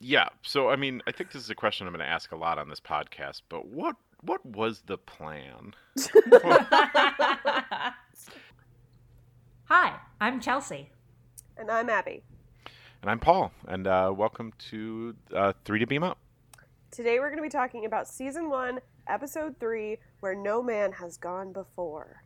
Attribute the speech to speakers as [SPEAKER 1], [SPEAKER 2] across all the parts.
[SPEAKER 1] Yeah. So I mean, I think this is a question I'm going to ask a lot on this podcast. But what what was the plan?
[SPEAKER 2] Hi, I'm Chelsea.
[SPEAKER 3] And I'm Abby.
[SPEAKER 1] And I'm Paul, and uh, welcome to uh, Three to Beam Up.
[SPEAKER 3] Today we're going to be talking about season one, episode three, where no man has gone before.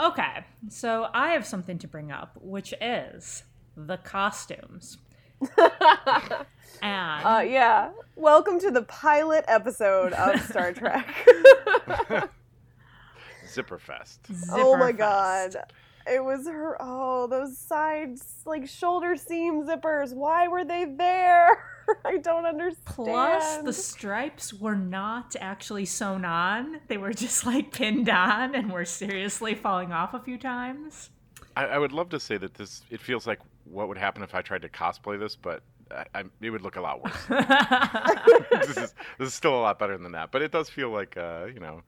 [SPEAKER 2] Okay, so I have something to bring up, which is the costumes. and
[SPEAKER 3] Uh, yeah. Welcome to the pilot episode of Star Trek.
[SPEAKER 1] Zipper Fest.
[SPEAKER 3] oh my
[SPEAKER 2] Zipperfest.
[SPEAKER 3] god. It was her. Oh, those sides, like shoulder seam zippers. Why were they there? I don't understand.
[SPEAKER 2] Plus, the stripes were not actually sewn on; they were just like pinned on, and were seriously falling off a few times.
[SPEAKER 1] I, I would love to say that this. It feels like what would happen if I tried to cosplay this, but I, I, it would look a lot worse. this is this is still a lot better than that, but it does feel like uh, you know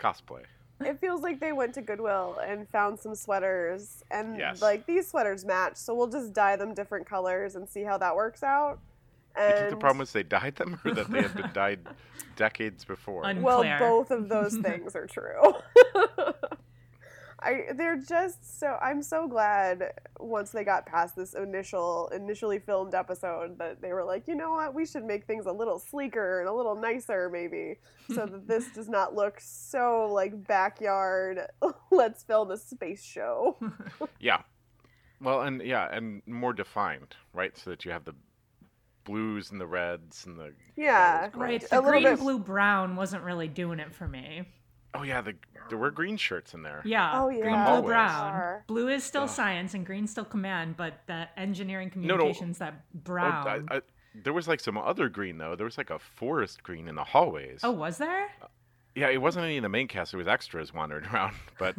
[SPEAKER 1] cosplay.
[SPEAKER 3] it feels like they went to Goodwill and found some sweaters, and
[SPEAKER 1] Yes.
[SPEAKER 3] like these sweaters match, so we'll just dye them different colors and see how that works out.
[SPEAKER 1] Do
[SPEAKER 3] And
[SPEAKER 1] you think the problem was they dyed them, or that they had been dyed decades before?
[SPEAKER 2] Un-
[SPEAKER 3] Well,
[SPEAKER 2] Claire.
[SPEAKER 3] both of those things are true. I they're just so I'm so glad once they got past this initial initially filmed episode that they were like, you know what, we should make things a little sleeker and a little nicer maybe so that this does not look so like backyard let's film a space show.
[SPEAKER 1] Yeah. Well, and yeah, and more defined, right? So that you have the blues and the reds and the
[SPEAKER 3] Yeah.
[SPEAKER 1] those
[SPEAKER 2] right,
[SPEAKER 1] golds.
[SPEAKER 2] the
[SPEAKER 3] A little
[SPEAKER 2] green,
[SPEAKER 3] bit-
[SPEAKER 2] blue, brown wasn't really doing it for me.
[SPEAKER 1] Oh yeah, the, there were green shirts in there.
[SPEAKER 2] Yeah.
[SPEAKER 3] Oh,
[SPEAKER 2] green,
[SPEAKER 3] yeah.
[SPEAKER 2] blue, brown.
[SPEAKER 3] Are.
[SPEAKER 2] Blue is still
[SPEAKER 1] Yeah.
[SPEAKER 2] science, and green still command. But that engineering
[SPEAKER 1] no.
[SPEAKER 2] communications, that
[SPEAKER 1] Oh, I-
[SPEAKER 2] brown.
[SPEAKER 1] I- there was like some other green though. There was like a forest green in the hallways.
[SPEAKER 2] oh, was there?
[SPEAKER 1] Yeah, it wasn't any of the main cast. It was extras wandering around, but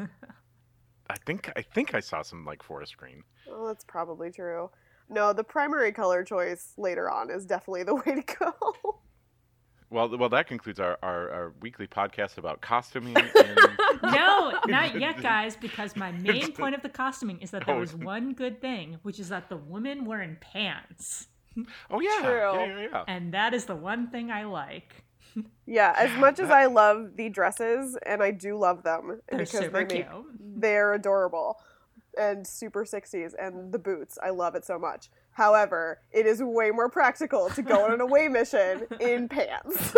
[SPEAKER 1] I think I think I saw some like forest green.
[SPEAKER 3] Well, Oh, that's probably true. No, the primary color choice later on is definitely the way to go.
[SPEAKER 1] Well, th- well, that concludes our, our, our weekly podcast about costuming. And,
[SPEAKER 2] No, not yet, guys, because my main point of the costuming is that there
[SPEAKER 1] Oh.
[SPEAKER 2] was one good thing, which is that the women were in pants.
[SPEAKER 1] oh yeah, yeah,
[SPEAKER 3] True.
[SPEAKER 1] yeah, yeah.
[SPEAKER 2] And that is the one thing I like.
[SPEAKER 3] Yeah, as
[SPEAKER 1] Yeah,
[SPEAKER 3] much as
[SPEAKER 1] that-
[SPEAKER 3] I love the dresses, and I do love them
[SPEAKER 2] They're
[SPEAKER 3] because
[SPEAKER 2] super
[SPEAKER 3] they make,
[SPEAKER 2] cute.
[SPEAKER 3] they're adorable and super 60s, and the boots, I love it so much. However, it is way more practical to go on an away mission in pants.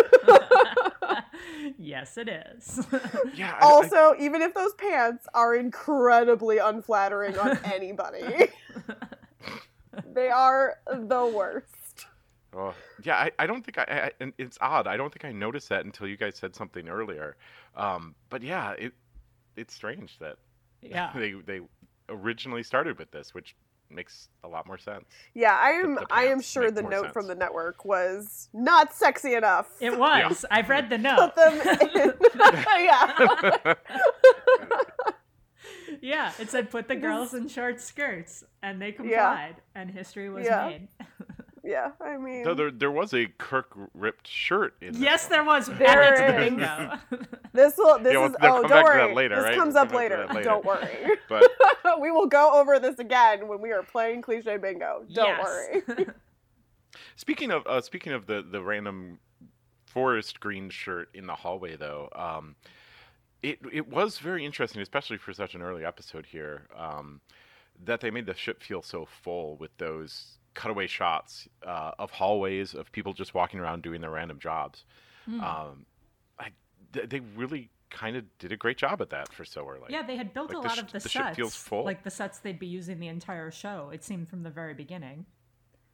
[SPEAKER 2] yes, it is.
[SPEAKER 1] Yeah, I- I-
[SPEAKER 3] also, even if those pants are incredibly unflattering on anybody, they are the worst.
[SPEAKER 1] Oh, yeah, I, I don't think I, I and it's odd. I don't think I noticed that until you guys said something earlier. Um, but yeah, it it's strange that
[SPEAKER 2] yeah.
[SPEAKER 1] they they originally started with this, which makes a lot more sense.
[SPEAKER 3] Yeah, I am.
[SPEAKER 1] The- the
[SPEAKER 3] I am
[SPEAKER 1] pants
[SPEAKER 3] sure
[SPEAKER 1] make
[SPEAKER 3] the
[SPEAKER 1] more
[SPEAKER 3] note
[SPEAKER 1] sense.
[SPEAKER 3] from the network was not sexy enough.
[SPEAKER 2] It was. I've read the note.
[SPEAKER 3] Put them in. yeah.
[SPEAKER 2] yeah, it said put the girls in short skirts, and they complied, and history was
[SPEAKER 3] Yeah.
[SPEAKER 2] made.
[SPEAKER 3] Yeah, I mean,
[SPEAKER 1] Though there there was a Kirk ripped shirt in. this
[SPEAKER 2] Yes,
[SPEAKER 1] one.
[SPEAKER 2] there was.
[SPEAKER 3] There
[SPEAKER 2] Added
[SPEAKER 3] is.
[SPEAKER 2] to the bingo.
[SPEAKER 3] this will this
[SPEAKER 1] Yeah, well,
[SPEAKER 3] is
[SPEAKER 1] they'll come
[SPEAKER 3] oh don't
[SPEAKER 1] back to
[SPEAKER 3] worry
[SPEAKER 1] that later,
[SPEAKER 3] this
[SPEAKER 1] right?
[SPEAKER 3] comes
[SPEAKER 1] We'll
[SPEAKER 3] up
[SPEAKER 1] come back to
[SPEAKER 3] later.
[SPEAKER 1] that later.
[SPEAKER 3] Don't worry,
[SPEAKER 1] But
[SPEAKER 3] we will go over this again when we are playing cliche bingo. Don't
[SPEAKER 2] Yes.
[SPEAKER 3] worry.
[SPEAKER 1] speaking of uh, speaking of the the random forest green shirt in the hallway, though, um, it it was very interesting, especially for such an early episode here, um, that they made the ship feel so full with those cutaway shots uh, of hallways of people just walking around doing their random jobs.
[SPEAKER 2] Hmm.
[SPEAKER 1] Um, I, th- they really kind of did a great job at that for so early.
[SPEAKER 2] Yeah, they had built
[SPEAKER 1] like
[SPEAKER 2] a
[SPEAKER 1] the
[SPEAKER 2] lot
[SPEAKER 1] sh-
[SPEAKER 2] of the,
[SPEAKER 1] the ship
[SPEAKER 2] sets,
[SPEAKER 1] feels full.
[SPEAKER 2] like the sets they'd be using the entire show. It seemed from the very beginning.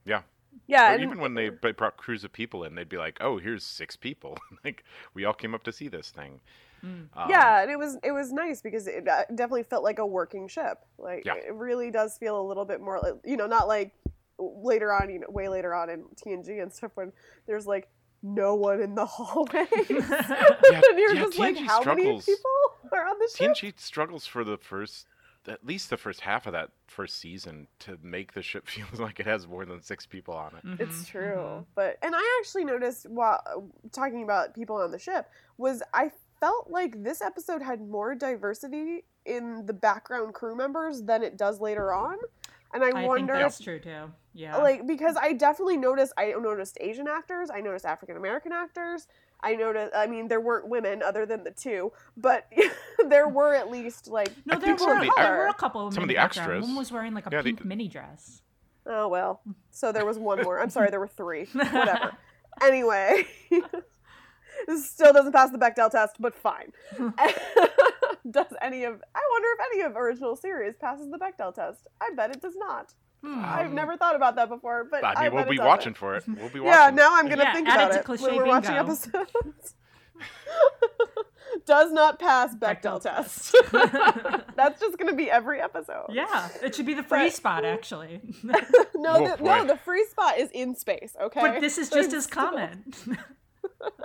[SPEAKER 1] yeah.
[SPEAKER 3] Yeah,
[SPEAKER 1] Or
[SPEAKER 3] and
[SPEAKER 1] even when they, they brought crews of people in, they'd be like, "Oh, here's six people. like we all came up to see this thing." Um,
[SPEAKER 3] yeah, and it was it was nice because it uh, definitely felt like a working ship. Like
[SPEAKER 1] Yeah.
[SPEAKER 3] it really does feel a little bit more, uh, like- you know, not like later on, you know, way later on in TNG and stuff when there's like no one in the hallway. Mm-hmm.
[SPEAKER 1] Yeah,
[SPEAKER 3] and you're
[SPEAKER 1] yeah,
[SPEAKER 3] just like,
[SPEAKER 1] TNG
[SPEAKER 3] how many
[SPEAKER 1] struggles.
[SPEAKER 3] people are on the ship?
[SPEAKER 1] TNG struggles for the first, at least the first half of that first season, to make the ship feel like it has more than six people on it.
[SPEAKER 3] It's
[SPEAKER 2] Mhm,
[SPEAKER 3] true.
[SPEAKER 2] mhm.
[SPEAKER 3] But and I actually noticed while uh, talking about people on the ship was I felt like this episode had more diversity in the background crew members than it does later on. And I,
[SPEAKER 2] I think
[SPEAKER 3] wonder
[SPEAKER 2] that's true too. Yeah.
[SPEAKER 3] like because I definitely noticed I noticed Asian actors, I noticed African American actors. I noticed I mean there weren't women other than the two, but there were at least like
[SPEAKER 2] no,
[SPEAKER 1] I
[SPEAKER 2] there
[SPEAKER 1] think some
[SPEAKER 2] were,
[SPEAKER 1] of the
[SPEAKER 2] there were a
[SPEAKER 3] ex-
[SPEAKER 2] couple of
[SPEAKER 1] some of
[SPEAKER 2] women
[SPEAKER 1] the
[SPEAKER 2] in background.
[SPEAKER 1] extras-
[SPEAKER 2] One was wearing like a
[SPEAKER 1] Yeah, the-
[SPEAKER 2] pink mini dress.
[SPEAKER 3] Oh well. So there was one more. I'm sorry, there were three. Whatever. anyway, this still doesn't pass the Bechdel test, but fine. does any of I wonder if any of original series passes the Bechdel test? I bet it does not.
[SPEAKER 2] Hmm.
[SPEAKER 3] I've
[SPEAKER 1] Um,
[SPEAKER 3] never thought about that before, but
[SPEAKER 1] I mean,
[SPEAKER 3] Mm, I
[SPEAKER 1] we'll
[SPEAKER 3] bet it
[SPEAKER 1] be
[SPEAKER 3] doesn't.
[SPEAKER 1] watching for it. We'll be watching.
[SPEAKER 3] Yeah, now I'm gonna
[SPEAKER 2] Yeah,
[SPEAKER 3] think
[SPEAKER 2] add it
[SPEAKER 3] about
[SPEAKER 2] to
[SPEAKER 3] it
[SPEAKER 2] cliché
[SPEAKER 3] when we're watching
[SPEAKER 2] bingo.
[SPEAKER 3] episodes. does not pass
[SPEAKER 2] Bechdel
[SPEAKER 3] Bechdel, test. That's just gonna be every episode.
[SPEAKER 2] yeah, it should be the free
[SPEAKER 3] But-
[SPEAKER 2] spot actually.
[SPEAKER 3] No,
[SPEAKER 1] Oh,
[SPEAKER 3] the, no,
[SPEAKER 1] boy.
[SPEAKER 3] the free spot is in space. Okay,
[SPEAKER 2] but this is just as
[SPEAKER 3] Still-
[SPEAKER 2] common.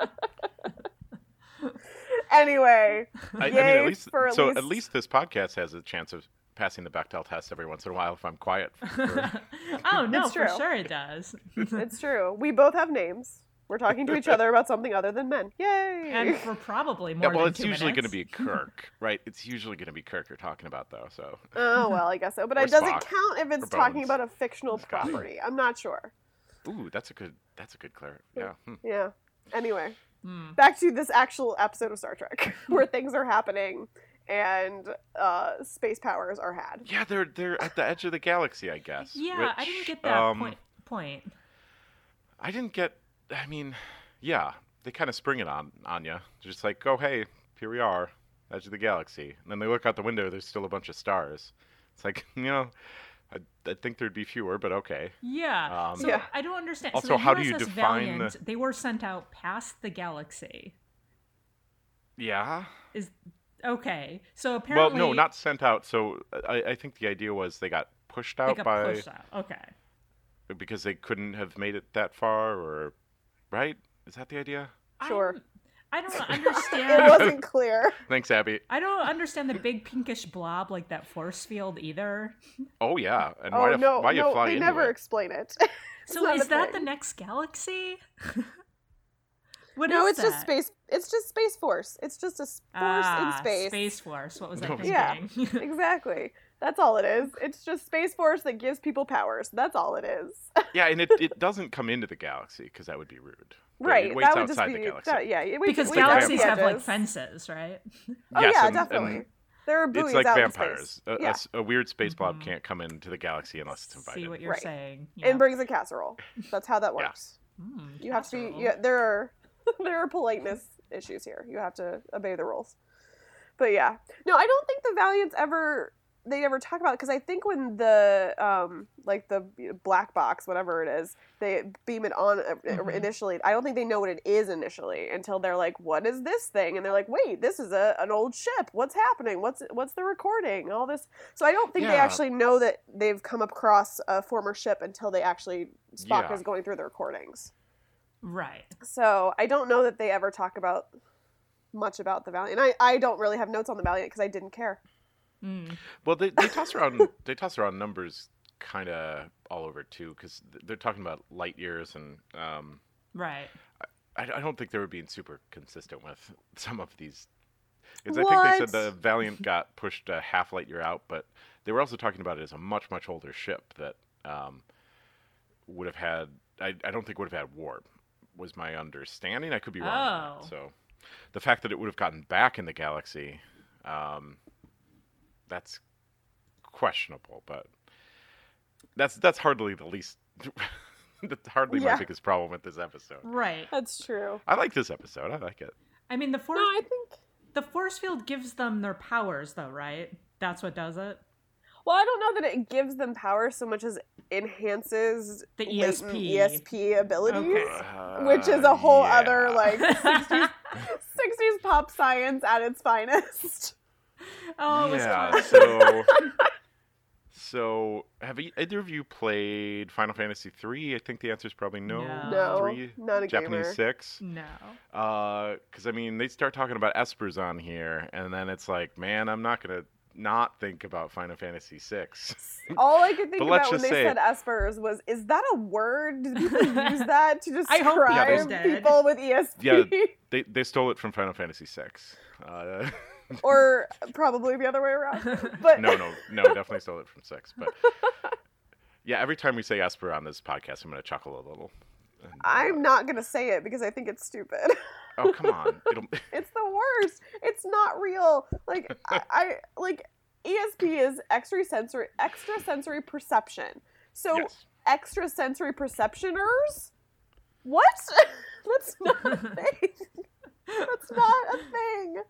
[SPEAKER 3] Anyway,
[SPEAKER 1] I, I mean,
[SPEAKER 3] Yay
[SPEAKER 1] at least
[SPEAKER 3] for at
[SPEAKER 1] so
[SPEAKER 3] least-
[SPEAKER 1] at least this podcast has a chance of passing the Bechdel test every once in a while if I'm quiet. for-
[SPEAKER 2] oh no,
[SPEAKER 3] It's
[SPEAKER 2] for
[SPEAKER 3] true.
[SPEAKER 2] sure it does.
[SPEAKER 3] it's true. We both have names. We're talking to each other about something other than men. Yay!
[SPEAKER 2] and for probably more
[SPEAKER 1] yeah, well,
[SPEAKER 2] than
[SPEAKER 1] it's
[SPEAKER 2] two
[SPEAKER 1] usually going to
[SPEAKER 2] minutes.
[SPEAKER 1] be Kirk, right? It's usually going to be Kirk you're talking about, though. So
[SPEAKER 3] oh well, I guess so. But
[SPEAKER 1] Or
[SPEAKER 3] it doesn't
[SPEAKER 1] Spock.
[SPEAKER 3] count if it's
[SPEAKER 1] Or
[SPEAKER 3] talking
[SPEAKER 1] Bones.
[SPEAKER 3] about a fictional
[SPEAKER 1] Scotty.
[SPEAKER 3] property. I'm not sure.
[SPEAKER 1] ooh, that's a good that's a good clar. Yeah. hmm.
[SPEAKER 3] Yeah. Anyway,
[SPEAKER 2] Hmm.
[SPEAKER 3] back to this actual episode of Star Trek where things are happening and uh, space powers are had.
[SPEAKER 1] Yeah, they're they're at the edge of the galaxy, I guess.
[SPEAKER 2] Yeah, I didn't
[SPEAKER 1] which,
[SPEAKER 2] get that
[SPEAKER 1] um,
[SPEAKER 2] point. Point.
[SPEAKER 1] I didn't get. I mean, yeah, they kind of spring it on on you. Just like, oh hey, here we are, edge of the galaxy. And then they look out the window. There's still a bunch of stars. It's like, you know, I, I think there'd be fewer, but okay.
[SPEAKER 2] Yeah.
[SPEAKER 1] Um,
[SPEAKER 2] so
[SPEAKER 3] Yeah.
[SPEAKER 2] I don't understand. so
[SPEAKER 1] Also,
[SPEAKER 2] the
[SPEAKER 1] how do you
[SPEAKER 2] USS
[SPEAKER 1] define the-
[SPEAKER 2] Valiant, They were sent out past the galaxy.
[SPEAKER 1] Yeah.
[SPEAKER 2] Is okay. So apparently,
[SPEAKER 1] well, no, not sent out. So I, I think the idea was they got pushed
[SPEAKER 2] they
[SPEAKER 1] out
[SPEAKER 2] got
[SPEAKER 1] by
[SPEAKER 2] pushed out. Okay.
[SPEAKER 1] because they couldn't have made it that far, or right? Is that the idea?
[SPEAKER 3] Sure.
[SPEAKER 2] I'm- I don't
[SPEAKER 3] It
[SPEAKER 2] understand.
[SPEAKER 3] wasn't clear.
[SPEAKER 1] Thanks, Abby.
[SPEAKER 2] I don't understand the big pinkish blob like that force field either.
[SPEAKER 1] Oh yeah, and
[SPEAKER 3] Oh
[SPEAKER 1] why, the-
[SPEAKER 3] no,
[SPEAKER 1] why you
[SPEAKER 3] no,
[SPEAKER 1] fly
[SPEAKER 3] they
[SPEAKER 1] into
[SPEAKER 3] never
[SPEAKER 1] it?
[SPEAKER 3] explain it. It's
[SPEAKER 2] So
[SPEAKER 3] not a
[SPEAKER 2] is that the
[SPEAKER 3] thing.
[SPEAKER 2] next galaxy? What
[SPEAKER 3] no,
[SPEAKER 2] is
[SPEAKER 3] it's just
[SPEAKER 2] that?
[SPEAKER 3] space. It's just space force. It's just a s- force
[SPEAKER 2] Ah,
[SPEAKER 3] in space.
[SPEAKER 2] Space Force. What was I
[SPEAKER 1] No.
[SPEAKER 2] thinking?
[SPEAKER 3] Yeah. exactly. That's all it is. It's just space force that gives people powers. That's all it is.
[SPEAKER 1] Yeah, and it, it doesn't come into the galaxy because that would be rude. But
[SPEAKER 3] right.
[SPEAKER 1] It waits
[SPEAKER 3] that would just
[SPEAKER 1] outside
[SPEAKER 3] be
[SPEAKER 1] the galaxy.
[SPEAKER 3] that- yeah. It waits,
[SPEAKER 2] because
[SPEAKER 3] it waits outside
[SPEAKER 2] galaxies
[SPEAKER 3] the
[SPEAKER 2] have like
[SPEAKER 3] edges.
[SPEAKER 2] fences, right?
[SPEAKER 3] Oh
[SPEAKER 1] Yes, and-
[SPEAKER 3] yeah,
[SPEAKER 1] and
[SPEAKER 3] definitely. there are buoys
[SPEAKER 1] it's like
[SPEAKER 3] out
[SPEAKER 1] vampires.
[SPEAKER 3] in
[SPEAKER 1] A,
[SPEAKER 3] space.
[SPEAKER 1] a
[SPEAKER 3] yeah.
[SPEAKER 1] s- a weird space blob
[SPEAKER 2] Mhm.
[SPEAKER 1] can't come into the galaxy unless it's invited.
[SPEAKER 2] See what you're
[SPEAKER 3] Right.
[SPEAKER 2] saying.
[SPEAKER 3] and brings a casserole. That's how that
[SPEAKER 1] Yeah.
[SPEAKER 3] works.
[SPEAKER 2] Mm,
[SPEAKER 3] You have to be.
[SPEAKER 2] casserole.
[SPEAKER 3] Yeah, there are there are politeness issues here. You have to obey the rules. But yeah, no, I don't think the Valiants ever they ever talk about because I think when the um like the black box whatever it is they beam it on uh,
[SPEAKER 1] Mm-hmm.
[SPEAKER 2] Mhm.
[SPEAKER 3] initially. I don't think they know what it is initially until they're like, "What is this thing?" And they're like, "Wait, this is a an old ship. What's happening? What's what's the recording? All this." So I don't think they
[SPEAKER 1] Yeah.
[SPEAKER 3] actually know that they've come across a former ship until they actually Spock
[SPEAKER 1] Yeah.
[SPEAKER 3] is going through the recordings.
[SPEAKER 2] Right.
[SPEAKER 3] So I don't know that they ever talk about much about the Valiant. And I, I don't really have notes on the Valiant because I didn't care.
[SPEAKER 2] Mm.
[SPEAKER 1] Well, they, they toss around they toss around numbers kind of all over too because they're talking about light years and um,
[SPEAKER 2] Right.
[SPEAKER 1] I, I don't think they were being super consistent with some of these. Because I think they
[SPEAKER 3] What?
[SPEAKER 1] said the Valiant got pushed a half light year out, but they were also talking about it as a much much older ship that um, would have had I, I don't think would have had warp was my understanding. I could be wrong. on that.
[SPEAKER 2] Oh.
[SPEAKER 1] So the fact that it would have gotten back in the galaxy, um, that's questionable, but that's that's hardly the least. that's hardly
[SPEAKER 3] Yeah.
[SPEAKER 1] my biggest problem with this episode.
[SPEAKER 2] Right.
[SPEAKER 3] That's true.
[SPEAKER 1] I like this episode. I like it.
[SPEAKER 2] I mean the force
[SPEAKER 3] No, I think.
[SPEAKER 2] the force field gives them their powers though, right? That's what does it.
[SPEAKER 3] Well, I don't know that it gives them power so much as enhances
[SPEAKER 2] The E
[SPEAKER 3] latent
[SPEAKER 2] ESP.
[SPEAKER 3] ESP abilities,
[SPEAKER 2] Okay.
[SPEAKER 3] which is a whole
[SPEAKER 1] Uh, yeah.
[SPEAKER 3] other like 60s, 60s pop science at its finest.
[SPEAKER 2] oh, it was
[SPEAKER 1] yeah.
[SPEAKER 2] close.
[SPEAKER 1] So So, have e- either of you played Final Fantasy three? I think the answer is probably no.
[SPEAKER 2] No.
[SPEAKER 3] No,
[SPEAKER 1] Uh, Three.
[SPEAKER 3] not a
[SPEAKER 1] Japanese
[SPEAKER 3] gamer.
[SPEAKER 1] six.
[SPEAKER 2] No.
[SPEAKER 1] Because I mean, they start talking about espers on here, and then it's like, man, I'm not gonna not think about Final Fantasy six.
[SPEAKER 3] All I could think
[SPEAKER 1] But let's
[SPEAKER 3] about when they
[SPEAKER 1] just say-
[SPEAKER 3] said espers was, is that a word? Do people use that to
[SPEAKER 2] I hope
[SPEAKER 1] people
[SPEAKER 3] describe
[SPEAKER 2] did.
[SPEAKER 3] people with E ESP?
[SPEAKER 1] they they stole it from Final Fantasy six. Uh,
[SPEAKER 3] or probably the other way around. But
[SPEAKER 1] no, no, no, definitely stole it from six. But yeah, every time we say esper on this podcast, I'm gonna chuckle a little. And, uh,
[SPEAKER 3] I'm not gonna say it because I think it's stupid.
[SPEAKER 1] Oh come on! It'll,
[SPEAKER 3] It's the worst. It's not real. Like I, I like ESP is extrasensory extrasensory perception. So
[SPEAKER 1] yes.
[SPEAKER 3] extrasensory perceptioners? What? That's not a thing. That's not a thing.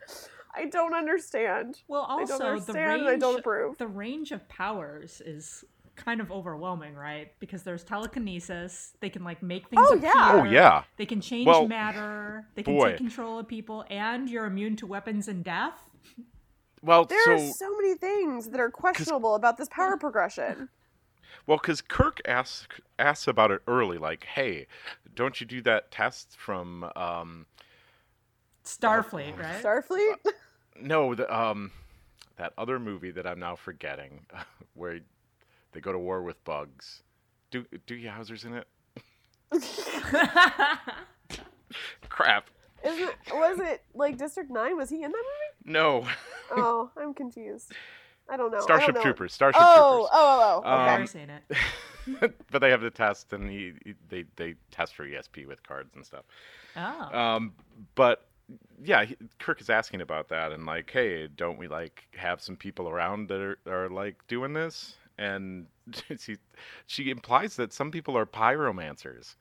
[SPEAKER 3] I don't understand.
[SPEAKER 2] Well,
[SPEAKER 3] I don't
[SPEAKER 2] also the
[SPEAKER 3] understand. and I
[SPEAKER 2] range
[SPEAKER 3] don't approve.
[SPEAKER 2] the range of powers is kind of overwhelming, right? Because there's telekinesis, they can like make things
[SPEAKER 3] Oh,
[SPEAKER 2] appear.
[SPEAKER 3] yeah.
[SPEAKER 1] Oh yeah.
[SPEAKER 2] They can change
[SPEAKER 1] Well,
[SPEAKER 2] matter, they can
[SPEAKER 1] boy.
[SPEAKER 2] take control of people, and you're immune to weapons and death.
[SPEAKER 1] Well,
[SPEAKER 3] There
[SPEAKER 1] so
[SPEAKER 3] are so many things that are questionable about this power progression.
[SPEAKER 1] Well, because Kirk asks asks about it early, like, "Hey, don't you do that test from um,
[SPEAKER 2] Starfleet, right?
[SPEAKER 3] Starfleet?
[SPEAKER 1] no, the, um, that other movie that I'm now forgetting, where they go to war with bugs? Do do Hauser's in it? Crap,
[SPEAKER 3] Isn't was it like District Nine? Was he in that movie?
[SPEAKER 1] no,
[SPEAKER 3] Oh, I'm confused. I don't know. I don't
[SPEAKER 1] Starship
[SPEAKER 3] know.
[SPEAKER 1] Troopers, Starship
[SPEAKER 3] Oh, oh, oh,
[SPEAKER 1] Um,
[SPEAKER 3] oh. Okay.
[SPEAKER 2] I've never seen it.
[SPEAKER 1] Troopers. but they have the test, and he, he- they they test for ESP with cards and stuff.
[SPEAKER 2] Oh.
[SPEAKER 1] Um, but yeah, he, Kirk is asking about that and like, hey, don't we like have some people around that are, are like doing this? And she she implies that some people are pyromancers,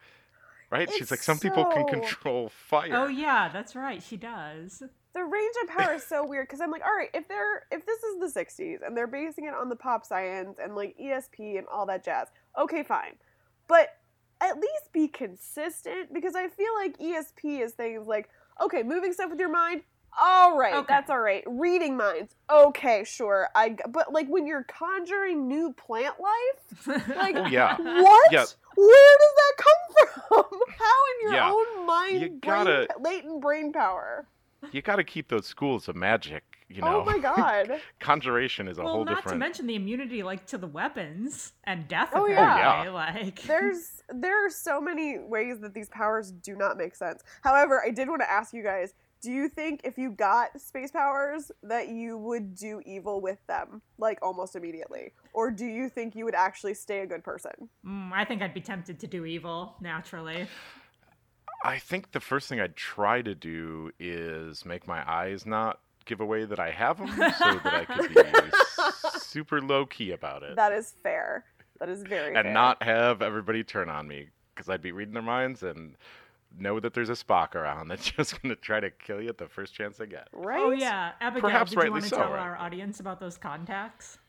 [SPEAKER 1] right? She's
[SPEAKER 3] It's
[SPEAKER 1] like, some people can
[SPEAKER 3] so-
[SPEAKER 1] control fire.
[SPEAKER 2] oh yeah, that's right. She does.
[SPEAKER 3] the range of power is so weird because I'm like, all right, if they're if this is the '60s and they're basing it on the pop science and like ESP and all that jazz, okay, fine, but at least be consistent because I feel like ESP is things like, okay, moving stuff with your mind, all right,
[SPEAKER 2] Okay.
[SPEAKER 3] that's all right, reading minds, okay, sure, I. g- But like when you're conjuring new plant life, Like,
[SPEAKER 1] Oh, yeah.
[SPEAKER 3] what?
[SPEAKER 1] Yeah.
[SPEAKER 3] Where does that come from? How in your
[SPEAKER 1] Yeah.
[SPEAKER 3] own mind,
[SPEAKER 1] You
[SPEAKER 3] brain-
[SPEAKER 1] gotta-
[SPEAKER 3] latent brain power?
[SPEAKER 1] You got to keep those schools of magic, you know.
[SPEAKER 3] Oh my god.
[SPEAKER 1] Conjuration is a
[SPEAKER 2] well,
[SPEAKER 1] whole
[SPEAKER 2] not to
[SPEAKER 1] different.
[SPEAKER 2] mention the immunity, like to the weapons and death.
[SPEAKER 3] Oh,
[SPEAKER 2] apparently, Like
[SPEAKER 3] There's there are so many ways that these powers do not make sense. However, I did want to ask you guys, do you think if you got space powers that you would do evil with them like almost immediately? Or do you think you would actually stay a good person?
[SPEAKER 2] Mm, I think I'd be tempted to do evil naturally.
[SPEAKER 1] I think the first thing I'd try to do is make my eyes not give away that I have them, so that I could be super low key about it.
[SPEAKER 3] That is fair. That is very fair.
[SPEAKER 1] Uh, and not have everybody turn on me because I'd be reading their minds and know that there's a Spock around that's just going to try to kill you at the first chance they get.
[SPEAKER 3] right?
[SPEAKER 2] Oh yeah, Abigail,
[SPEAKER 1] Perhaps
[SPEAKER 2] did you
[SPEAKER 1] rightly
[SPEAKER 2] want to
[SPEAKER 1] so,
[SPEAKER 2] tell
[SPEAKER 1] right?
[SPEAKER 2] our audience about those contacts?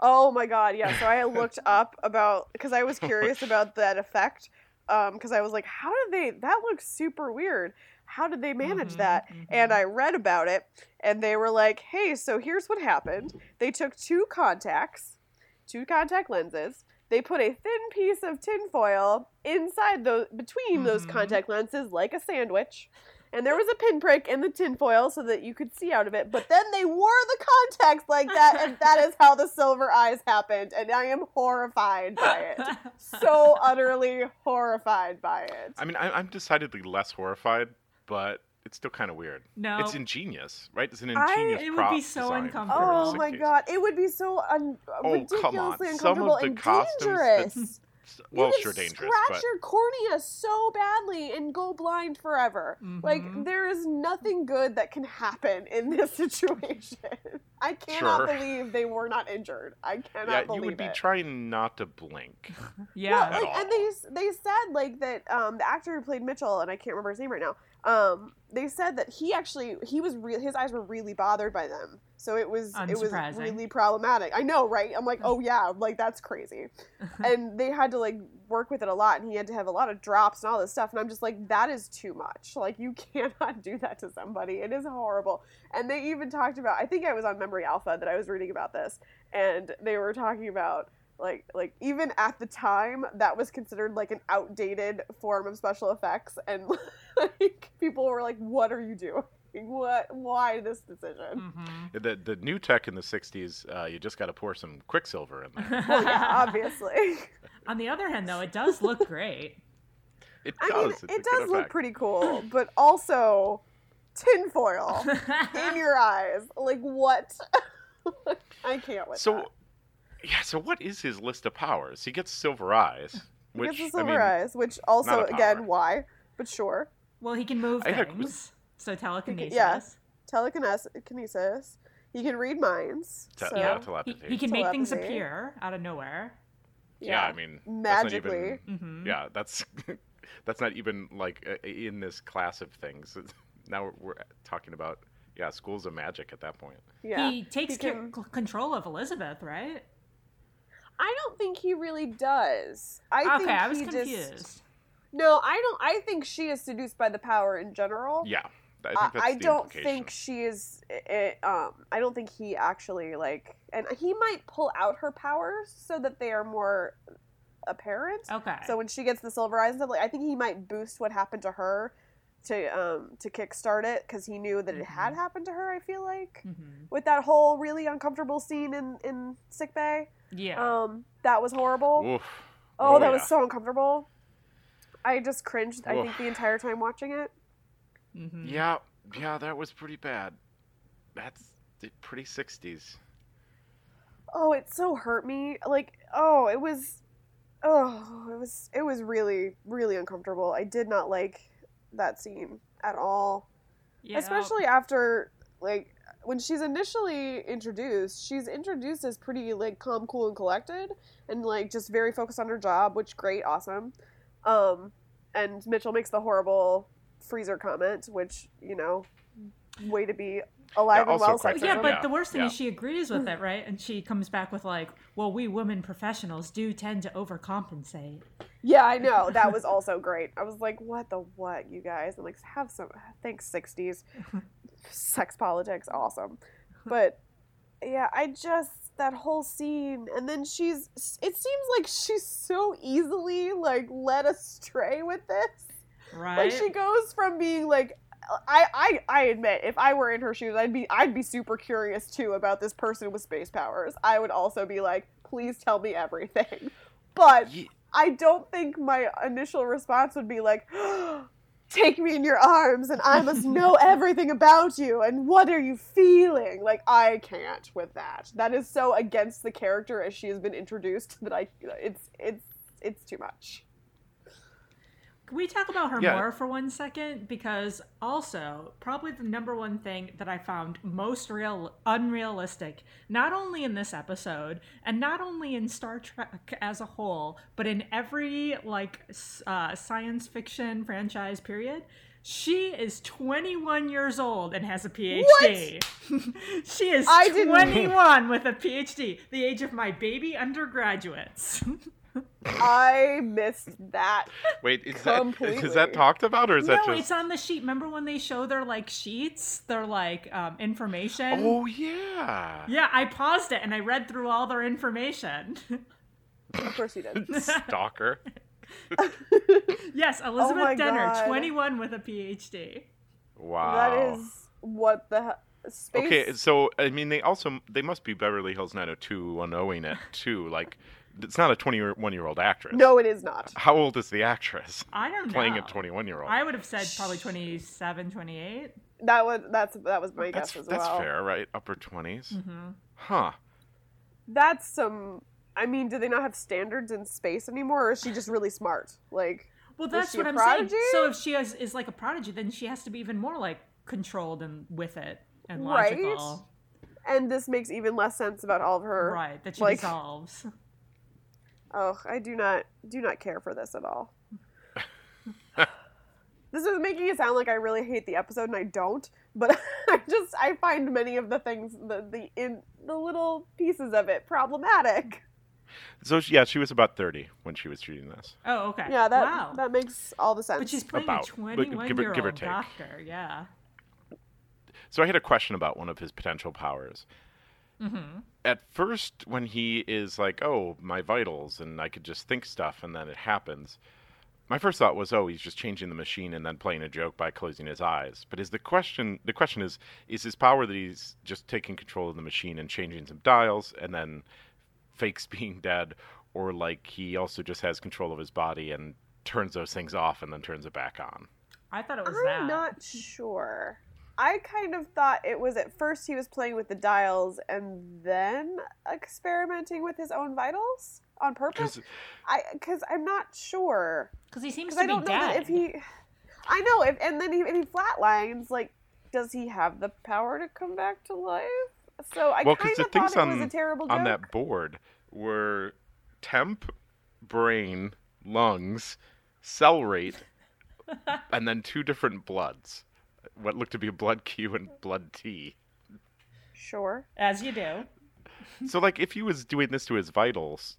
[SPEAKER 3] Oh my god, yeah. So I looked up about because I was curious about that effect. Um, because I was like, how did they? That looks super weird. How did they manage
[SPEAKER 2] Mhm,
[SPEAKER 3] that? And
[SPEAKER 2] mhm.
[SPEAKER 3] I read about it, and they were like, hey, so here's what happened. They took two contacts, two contact lenses. They put a thin piece of tinfoil inside those between those
[SPEAKER 2] Mhm.
[SPEAKER 3] contact lenses, like a sandwich. And there was a pinprick in the tinfoil so that you could see out of it. But then they wore the contacts like that, and that is how the silver eyes happened. And I am horrified by it. So utterly horrified by it.
[SPEAKER 1] I mean, I, I'm decidedly less horrified, but it's still kind of weird.
[SPEAKER 2] no,
[SPEAKER 1] It's ingenious, right? It's an
[SPEAKER 3] I-
[SPEAKER 1] ingenious
[SPEAKER 2] It would
[SPEAKER 1] prop
[SPEAKER 2] be so
[SPEAKER 1] design for
[SPEAKER 2] uncomfortable.
[SPEAKER 3] Oh
[SPEAKER 1] the
[SPEAKER 3] my
[SPEAKER 1] 60s.
[SPEAKER 3] god, it would be so un-
[SPEAKER 1] Oh, come on.
[SPEAKER 3] ridiculously
[SPEAKER 1] Some of
[SPEAKER 3] uncomfortable
[SPEAKER 1] the
[SPEAKER 3] and
[SPEAKER 1] costumes that-
[SPEAKER 3] dangerous.
[SPEAKER 1] S- Well,
[SPEAKER 3] you could
[SPEAKER 1] sure, dangerous, but
[SPEAKER 3] scratch your cornea so badly and go blind forever. Like
[SPEAKER 2] Mhm.
[SPEAKER 3] there is nothing good that can happen in this situation. I cannot
[SPEAKER 1] Sure.
[SPEAKER 3] believe they were not injured. I cannot
[SPEAKER 1] yeah, you
[SPEAKER 3] believe
[SPEAKER 1] would be
[SPEAKER 3] it.
[SPEAKER 1] trying not to blink.
[SPEAKER 2] yeah,
[SPEAKER 1] at
[SPEAKER 3] well, like, and
[SPEAKER 1] all.
[SPEAKER 3] they they said like that um, the actor who played Mitchell and I can't remember his name right now um, they said that he actually he was re- his eyes were really bothered by them so it was it was
[SPEAKER 2] Unsurprising. Mm.
[SPEAKER 3] really problematic i know right i'm like oh yeah like that's crazy and they had to like work with it a lot and he had to have a lot of drops and all this stuff and i'm just like that is too much like you cannot do that to somebody it is horrible and they even talked about i think i was on memory alpha that i was reading about this and they were talking about like like even at the time that was considered like an outdated form of special effects and like people were like what are you doing what why this decision
[SPEAKER 2] Mhm.
[SPEAKER 1] The the new tech in the '60s, uh, you just got to pour some quicksilver in there.
[SPEAKER 3] well, yeah, obviously
[SPEAKER 2] On the other hand, though, it does look great.
[SPEAKER 1] It
[SPEAKER 3] i
[SPEAKER 1] does.
[SPEAKER 3] mean
[SPEAKER 1] it's a
[SPEAKER 3] it
[SPEAKER 1] good
[SPEAKER 3] does look
[SPEAKER 1] effect.
[SPEAKER 3] pretty cool but also tinfoil in your eyes like what i can't with
[SPEAKER 1] So,
[SPEAKER 3] that.
[SPEAKER 1] yeah. So what is his list of powers? He gets silver eyes,
[SPEAKER 3] He
[SPEAKER 1] which
[SPEAKER 3] gets the
[SPEAKER 1] I
[SPEAKER 3] silver
[SPEAKER 1] mean,
[SPEAKER 3] eyes which also
[SPEAKER 1] not a power.
[SPEAKER 3] again why but sure
[SPEAKER 2] well, he can move
[SPEAKER 1] I had a
[SPEAKER 2] things, so telekinesis.
[SPEAKER 3] yeah. telekinesis he can read minds
[SPEAKER 1] te-
[SPEAKER 3] so,
[SPEAKER 1] yeah,
[SPEAKER 2] Yeah. He,
[SPEAKER 1] telepathy.
[SPEAKER 2] he can make things
[SPEAKER 3] Telepathy.
[SPEAKER 2] appear out of nowhere.
[SPEAKER 1] yeah, I mean, That's not
[SPEAKER 3] Magically.
[SPEAKER 1] even,
[SPEAKER 2] hmm
[SPEAKER 1] Yeah, that's that's not even like uh, in this class of things. Now we're, we're talking about yeah, schools of magic at that point.
[SPEAKER 3] yeah
[SPEAKER 2] He takes
[SPEAKER 3] He
[SPEAKER 2] care-
[SPEAKER 3] can-
[SPEAKER 2] c- control of Elizabeth, right?
[SPEAKER 3] I don't think he really does. I
[SPEAKER 2] okay,
[SPEAKER 3] think
[SPEAKER 2] I was
[SPEAKER 3] he
[SPEAKER 2] confused.
[SPEAKER 3] Just, no, I don't. I think she is seduced by the power in general.
[SPEAKER 1] Yeah, I think
[SPEAKER 3] I,
[SPEAKER 1] that's
[SPEAKER 3] I
[SPEAKER 1] the
[SPEAKER 3] don't
[SPEAKER 1] implication.
[SPEAKER 3] think she is. eh, eh, um, I don't think he actually like, and he might pull out her powers so that they are more apparent.
[SPEAKER 2] Okay.
[SPEAKER 3] So when she gets the silver eyes and stuff, like I think he might boost what happened to her to um to kickstart it because he knew that it had
[SPEAKER 2] Mhm.
[SPEAKER 3] happened to her. I feel like
[SPEAKER 2] Mhm.
[SPEAKER 3] with that whole really uncomfortable scene in in sick bay.
[SPEAKER 2] Yeah.
[SPEAKER 3] Um, that was horrible.
[SPEAKER 1] Oof.
[SPEAKER 3] Oh, that
[SPEAKER 1] yeah.
[SPEAKER 3] was so uncomfortable. I just cringed. I
[SPEAKER 1] Oof.
[SPEAKER 3] think the entire time watching it.
[SPEAKER 2] Mhm.
[SPEAKER 1] Yeah, yeah, that was pretty bad. That's the pretty '60s.
[SPEAKER 3] Oh, it so hurt me. Like, oh, it was, oh, it was, it was really, really uncomfortable. I did not like that scene at all.
[SPEAKER 2] Yeah.
[SPEAKER 3] Especially after, like, when she's initially introduced, she's introduced as pretty like calm, cool, and collected, and like just very focused on her job, which great, awesome. Um, and Mitchell makes the horrible freezer comment, which you know, way to be alive
[SPEAKER 1] Yeah,
[SPEAKER 3] and
[SPEAKER 1] also
[SPEAKER 3] well.
[SPEAKER 1] quite
[SPEAKER 3] sexism.
[SPEAKER 2] yeah, but
[SPEAKER 1] Yeah,
[SPEAKER 2] the worst thing
[SPEAKER 1] yeah.
[SPEAKER 2] is she agrees with it, right? And she comes back with like, "Well, we women professionals do tend to overcompensate."
[SPEAKER 3] Yeah, I know. That was also great. I was like, what the what, you guys? I'm like, have some, thanks, 60s. Sex politics, awesome. But yeah, I just, that whole scene. And then she's, it seems like she's so easily, like, led astray with this.
[SPEAKER 2] Right?
[SPEAKER 3] Like, she goes from being like, I, I, I admit, if I were in her shoes, I'd be, I'd be super curious too about this person with space powers. I would also be like, please tell me everything. But
[SPEAKER 1] Ye-
[SPEAKER 3] I don't think my initial response would be like, "Take me in your arms, and I must know everything about you, and what are you feeling?" Like I can't with that. That is so against the character as she has been introduced that I it's it's it's too much.
[SPEAKER 2] Can we talk about her
[SPEAKER 1] Yeah.
[SPEAKER 2] more for one second? Because also, probably the number one thing that I found most real unrealistic, not only in this episode and not only in Star Trek as a whole, but in every like s- uh, science fiction franchise period. She is 21 years old and has a PhD. she is
[SPEAKER 3] I didn't-
[SPEAKER 2] 21 with a PhD, the age of my baby undergraduates.
[SPEAKER 3] I missed that.
[SPEAKER 1] Wait, is that is
[SPEAKER 3] Completely.
[SPEAKER 1] that talked about or is that
[SPEAKER 2] no,
[SPEAKER 1] just?
[SPEAKER 2] it's on the sheet. Remember when they show their like sheets, their like um, information?
[SPEAKER 1] oh yeah.
[SPEAKER 2] Yeah, I paused it and I read through all their information.
[SPEAKER 3] Of course you did.
[SPEAKER 1] Stalker.
[SPEAKER 2] yes, Elizabeth
[SPEAKER 3] Oh my
[SPEAKER 2] Denner,
[SPEAKER 3] God.
[SPEAKER 2] 21 with a PhD.
[SPEAKER 1] Wow.
[SPEAKER 3] That is what the he- space.
[SPEAKER 1] Okay, so I mean, they also they must be Beverly Hills 90210ing it too. Like, it's not a 21 year old actress.
[SPEAKER 3] no, it is not.
[SPEAKER 1] How old is the actress
[SPEAKER 2] I don't
[SPEAKER 1] playing
[SPEAKER 2] know.
[SPEAKER 1] a 21 year old?
[SPEAKER 2] I would have said probably 27, 28.
[SPEAKER 3] That was that's that was my
[SPEAKER 1] That's
[SPEAKER 3] guess as
[SPEAKER 1] that's
[SPEAKER 3] well.
[SPEAKER 1] fair, right? Upper 20s,
[SPEAKER 2] hmm
[SPEAKER 1] huh?
[SPEAKER 3] that's some i mean do they not have standards in space anymore or is she just really smart like
[SPEAKER 2] Well, that's
[SPEAKER 3] she
[SPEAKER 2] what
[SPEAKER 3] a
[SPEAKER 2] I'm saying.
[SPEAKER 3] prodigy?
[SPEAKER 2] So if she is, is like a prodigy, then she has to be even more like controlled and with it and
[SPEAKER 3] Right?
[SPEAKER 2] logical.
[SPEAKER 3] and this makes even less sense about all of her
[SPEAKER 2] Right, that she
[SPEAKER 3] Like-
[SPEAKER 2] dissolves.
[SPEAKER 3] oh i do not do not care for this at all this is making it sound like I really hate the episode, and I don't. But I just I find many of the things the the in the little pieces of it problematic.
[SPEAKER 1] So she, yeah, she was about thirty when she was shooting this.
[SPEAKER 2] Oh, okay.
[SPEAKER 3] Yeah, that
[SPEAKER 2] wow.
[SPEAKER 3] that makes all the sense.
[SPEAKER 2] but she's playing
[SPEAKER 1] about-
[SPEAKER 2] a
[SPEAKER 1] but give or-
[SPEAKER 2] 21 year
[SPEAKER 1] give or
[SPEAKER 2] old
[SPEAKER 1] take.
[SPEAKER 2] doctor. Yeah.
[SPEAKER 1] So I had a question about one of his potential powers.
[SPEAKER 2] Mm-hmm.
[SPEAKER 1] At first, when he is like, "Oh, my vitals," and I could just think stuff, and then it happens. My first thought was, "Oh, he's just changing the machine and then playing a joke by closing his eyes." But is the question the question is is his power that he's just taking control of the machine and changing some dials and then fakes being dead, or like he also just has control of his body and turns those things off and then turns it back on?
[SPEAKER 2] I thought it was that.
[SPEAKER 3] I'm not sure. I kind of thought it was at first he was playing with the dials and then experimenting with his own vitals on purpose.
[SPEAKER 1] 'Cause-
[SPEAKER 3] I because I'm not sure
[SPEAKER 2] Because he seems
[SPEAKER 3] because
[SPEAKER 2] to
[SPEAKER 3] I
[SPEAKER 2] be
[SPEAKER 3] don't know that
[SPEAKER 2] dead.
[SPEAKER 3] if he. I know if and then he and he flatlines like does he have the power to come back to life? So I
[SPEAKER 1] Well, 'cause
[SPEAKER 3] kind
[SPEAKER 1] the
[SPEAKER 3] of
[SPEAKER 1] things
[SPEAKER 3] thought it was
[SPEAKER 1] on-
[SPEAKER 3] a terrible
[SPEAKER 1] on
[SPEAKER 3] joke.
[SPEAKER 1] that board were temp, brain, lungs, cell rate, and then two different bloods. What looked to be blood Q and blood T.
[SPEAKER 3] Sure.
[SPEAKER 2] As you do.
[SPEAKER 1] So, like, if he was doing this to his vitals,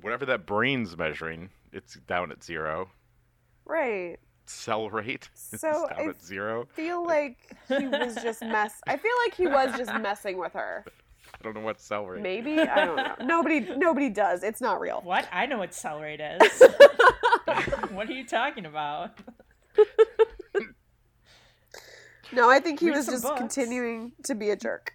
[SPEAKER 1] whatever that brain's measuring, it's down at zero.
[SPEAKER 3] Right.
[SPEAKER 1] Cell rate is
[SPEAKER 3] So
[SPEAKER 1] down
[SPEAKER 3] I-
[SPEAKER 1] at zero.
[SPEAKER 3] Feel like he was just mess. I feel like he was just messing with her.
[SPEAKER 1] I don't know what cell rate.
[SPEAKER 3] Maybe I don't know. Nobody, nobody does. It's not real.
[SPEAKER 2] What? I know what cell rate is. what are you talking about?
[SPEAKER 3] No, I think he
[SPEAKER 2] Read
[SPEAKER 3] was
[SPEAKER 2] some
[SPEAKER 3] just
[SPEAKER 2] books.
[SPEAKER 3] continuing to be a jerk.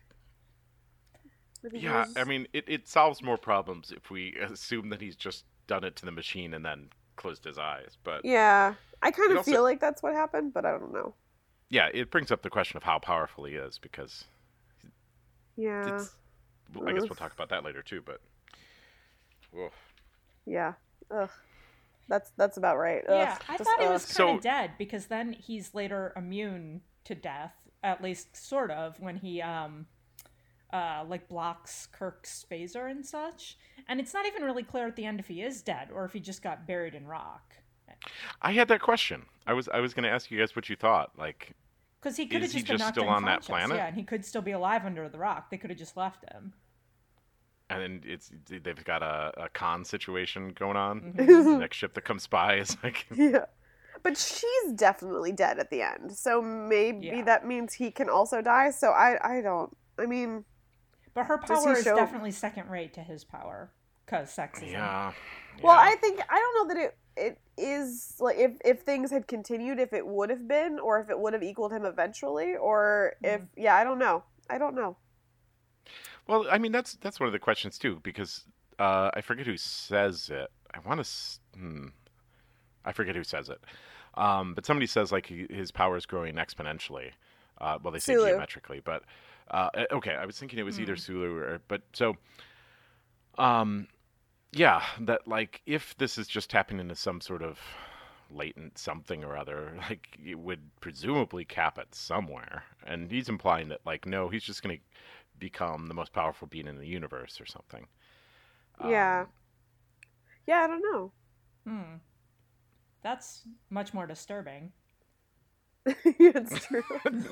[SPEAKER 3] I think he
[SPEAKER 1] Yeah,
[SPEAKER 3] was-
[SPEAKER 1] I mean, it, it solves more problems if we assume that he's just done it to the machine and then closed his eyes. But
[SPEAKER 3] yeah. I kind
[SPEAKER 1] It
[SPEAKER 3] of
[SPEAKER 1] also-
[SPEAKER 3] feel like that's what happened, but I don't know.
[SPEAKER 1] yeah, it brings up the question of how powerful he is because
[SPEAKER 3] Yeah,
[SPEAKER 1] it's. well, I guess we'll
[SPEAKER 3] Oof.
[SPEAKER 1] talk about that later too, but. Oof.
[SPEAKER 3] yeah. Ugh, that's that's about right. Ugh,
[SPEAKER 2] yeah, I
[SPEAKER 3] just
[SPEAKER 2] thought he
[SPEAKER 3] ugh.
[SPEAKER 2] was
[SPEAKER 1] So-
[SPEAKER 2] kind of dead because then he's later immune to death, at least sort of, when he um, uh, like blocks Kirk's phaser and such. And it's not even really clear at the end if he is dead or if he just got buried in rock.
[SPEAKER 1] I had that question. I was I was going to ask you guys what you thought. Like,
[SPEAKER 2] Because he could have
[SPEAKER 1] Is he
[SPEAKER 2] just been
[SPEAKER 1] just
[SPEAKER 2] knocked
[SPEAKER 1] still on that
[SPEAKER 2] unconscious,
[SPEAKER 1] planet?
[SPEAKER 2] Yeah, and he could still be alive under the rock. They could have just left him.
[SPEAKER 1] and then it's they've got a, a con situation going on.
[SPEAKER 3] Mm-hmm.
[SPEAKER 2] Mhm.
[SPEAKER 1] The next ship that comes by is like,
[SPEAKER 3] Yeah. But she's definitely dead at the end, so maybe
[SPEAKER 2] Yeah.
[SPEAKER 3] that means he can also die. So I, I don't. I mean,
[SPEAKER 2] But her
[SPEAKER 3] Does he
[SPEAKER 2] power is
[SPEAKER 3] show-
[SPEAKER 2] definitely second rate to his power because sexism.
[SPEAKER 1] yeah.
[SPEAKER 3] Well,
[SPEAKER 1] yeah.
[SPEAKER 3] I think I don't know that it it is like if if things had continued, if it would have been, or if it would have equaled him eventually, or if yeah, I don't know. I don't know.
[SPEAKER 1] Well, I mean that's that's one of the questions too because uh, I forget who says it. I want to. Hmm, I forget who says it, um, but somebody says like he- his power is growing exponentially. Uh, well, they say
[SPEAKER 3] Sulu.
[SPEAKER 1] geometrically, but uh, uh, okay. I was thinking it was either Sulu or but so. Um, yeah, that like if this is just tapping into some sort of latent something or other, like it would presumably cap it somewhere. And he's implying that like no, he's just going to become the most powerful being in the universe or something.
[SPEAKER 3] yeah.
[SPEAKER 1] Um,
[SPEAKER 3] Yeah, I don't know.
[SPEAKER 2] Hmm. That's much more disturbing.
[SPEAKER 3] it's true.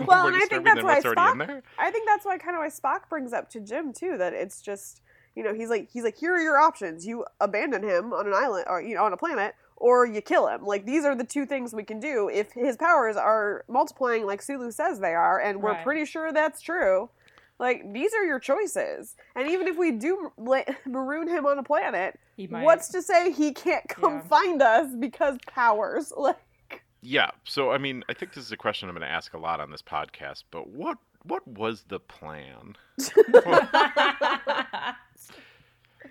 [SPEAKER 3] Well,
[SPEAKER 1] more
[SPEAKER 3] and I
[SPEAKER 1] disturbing
[SPEAKER 3] think that's
[SPEAKER 1] than
[SPEAKER 3] why
[SPEAKER 1] what's already in
[SPEAKER 3] Spock-
[SPEAKER 1] there.
[SPEAKER 3] I think that's why kind of why Spock brings up to Jim too that it's just you know he's like he's like here are your options you abandon him on an island or you know on a planet or you kill him like these are the two things we can do if his powers are multiplying like Sulu says they are and we're
[SPEAKER 2] Right.
[SPEAKER 3] pretty sure that's true like these are your choices and even if we do la- maroon him on a planet
[SPEAKER 2] He might.
[SPEAKER 3] what's to say he can't come
[SPEAKER 2] Yeah.
[SPEAKER 3] find us because powers like
[SPEAKER 1] Yeah. So I mean, I think this is a question I'm going to ask a lot on this podcast. But what what was the plan?
[SPEAKER 2] right.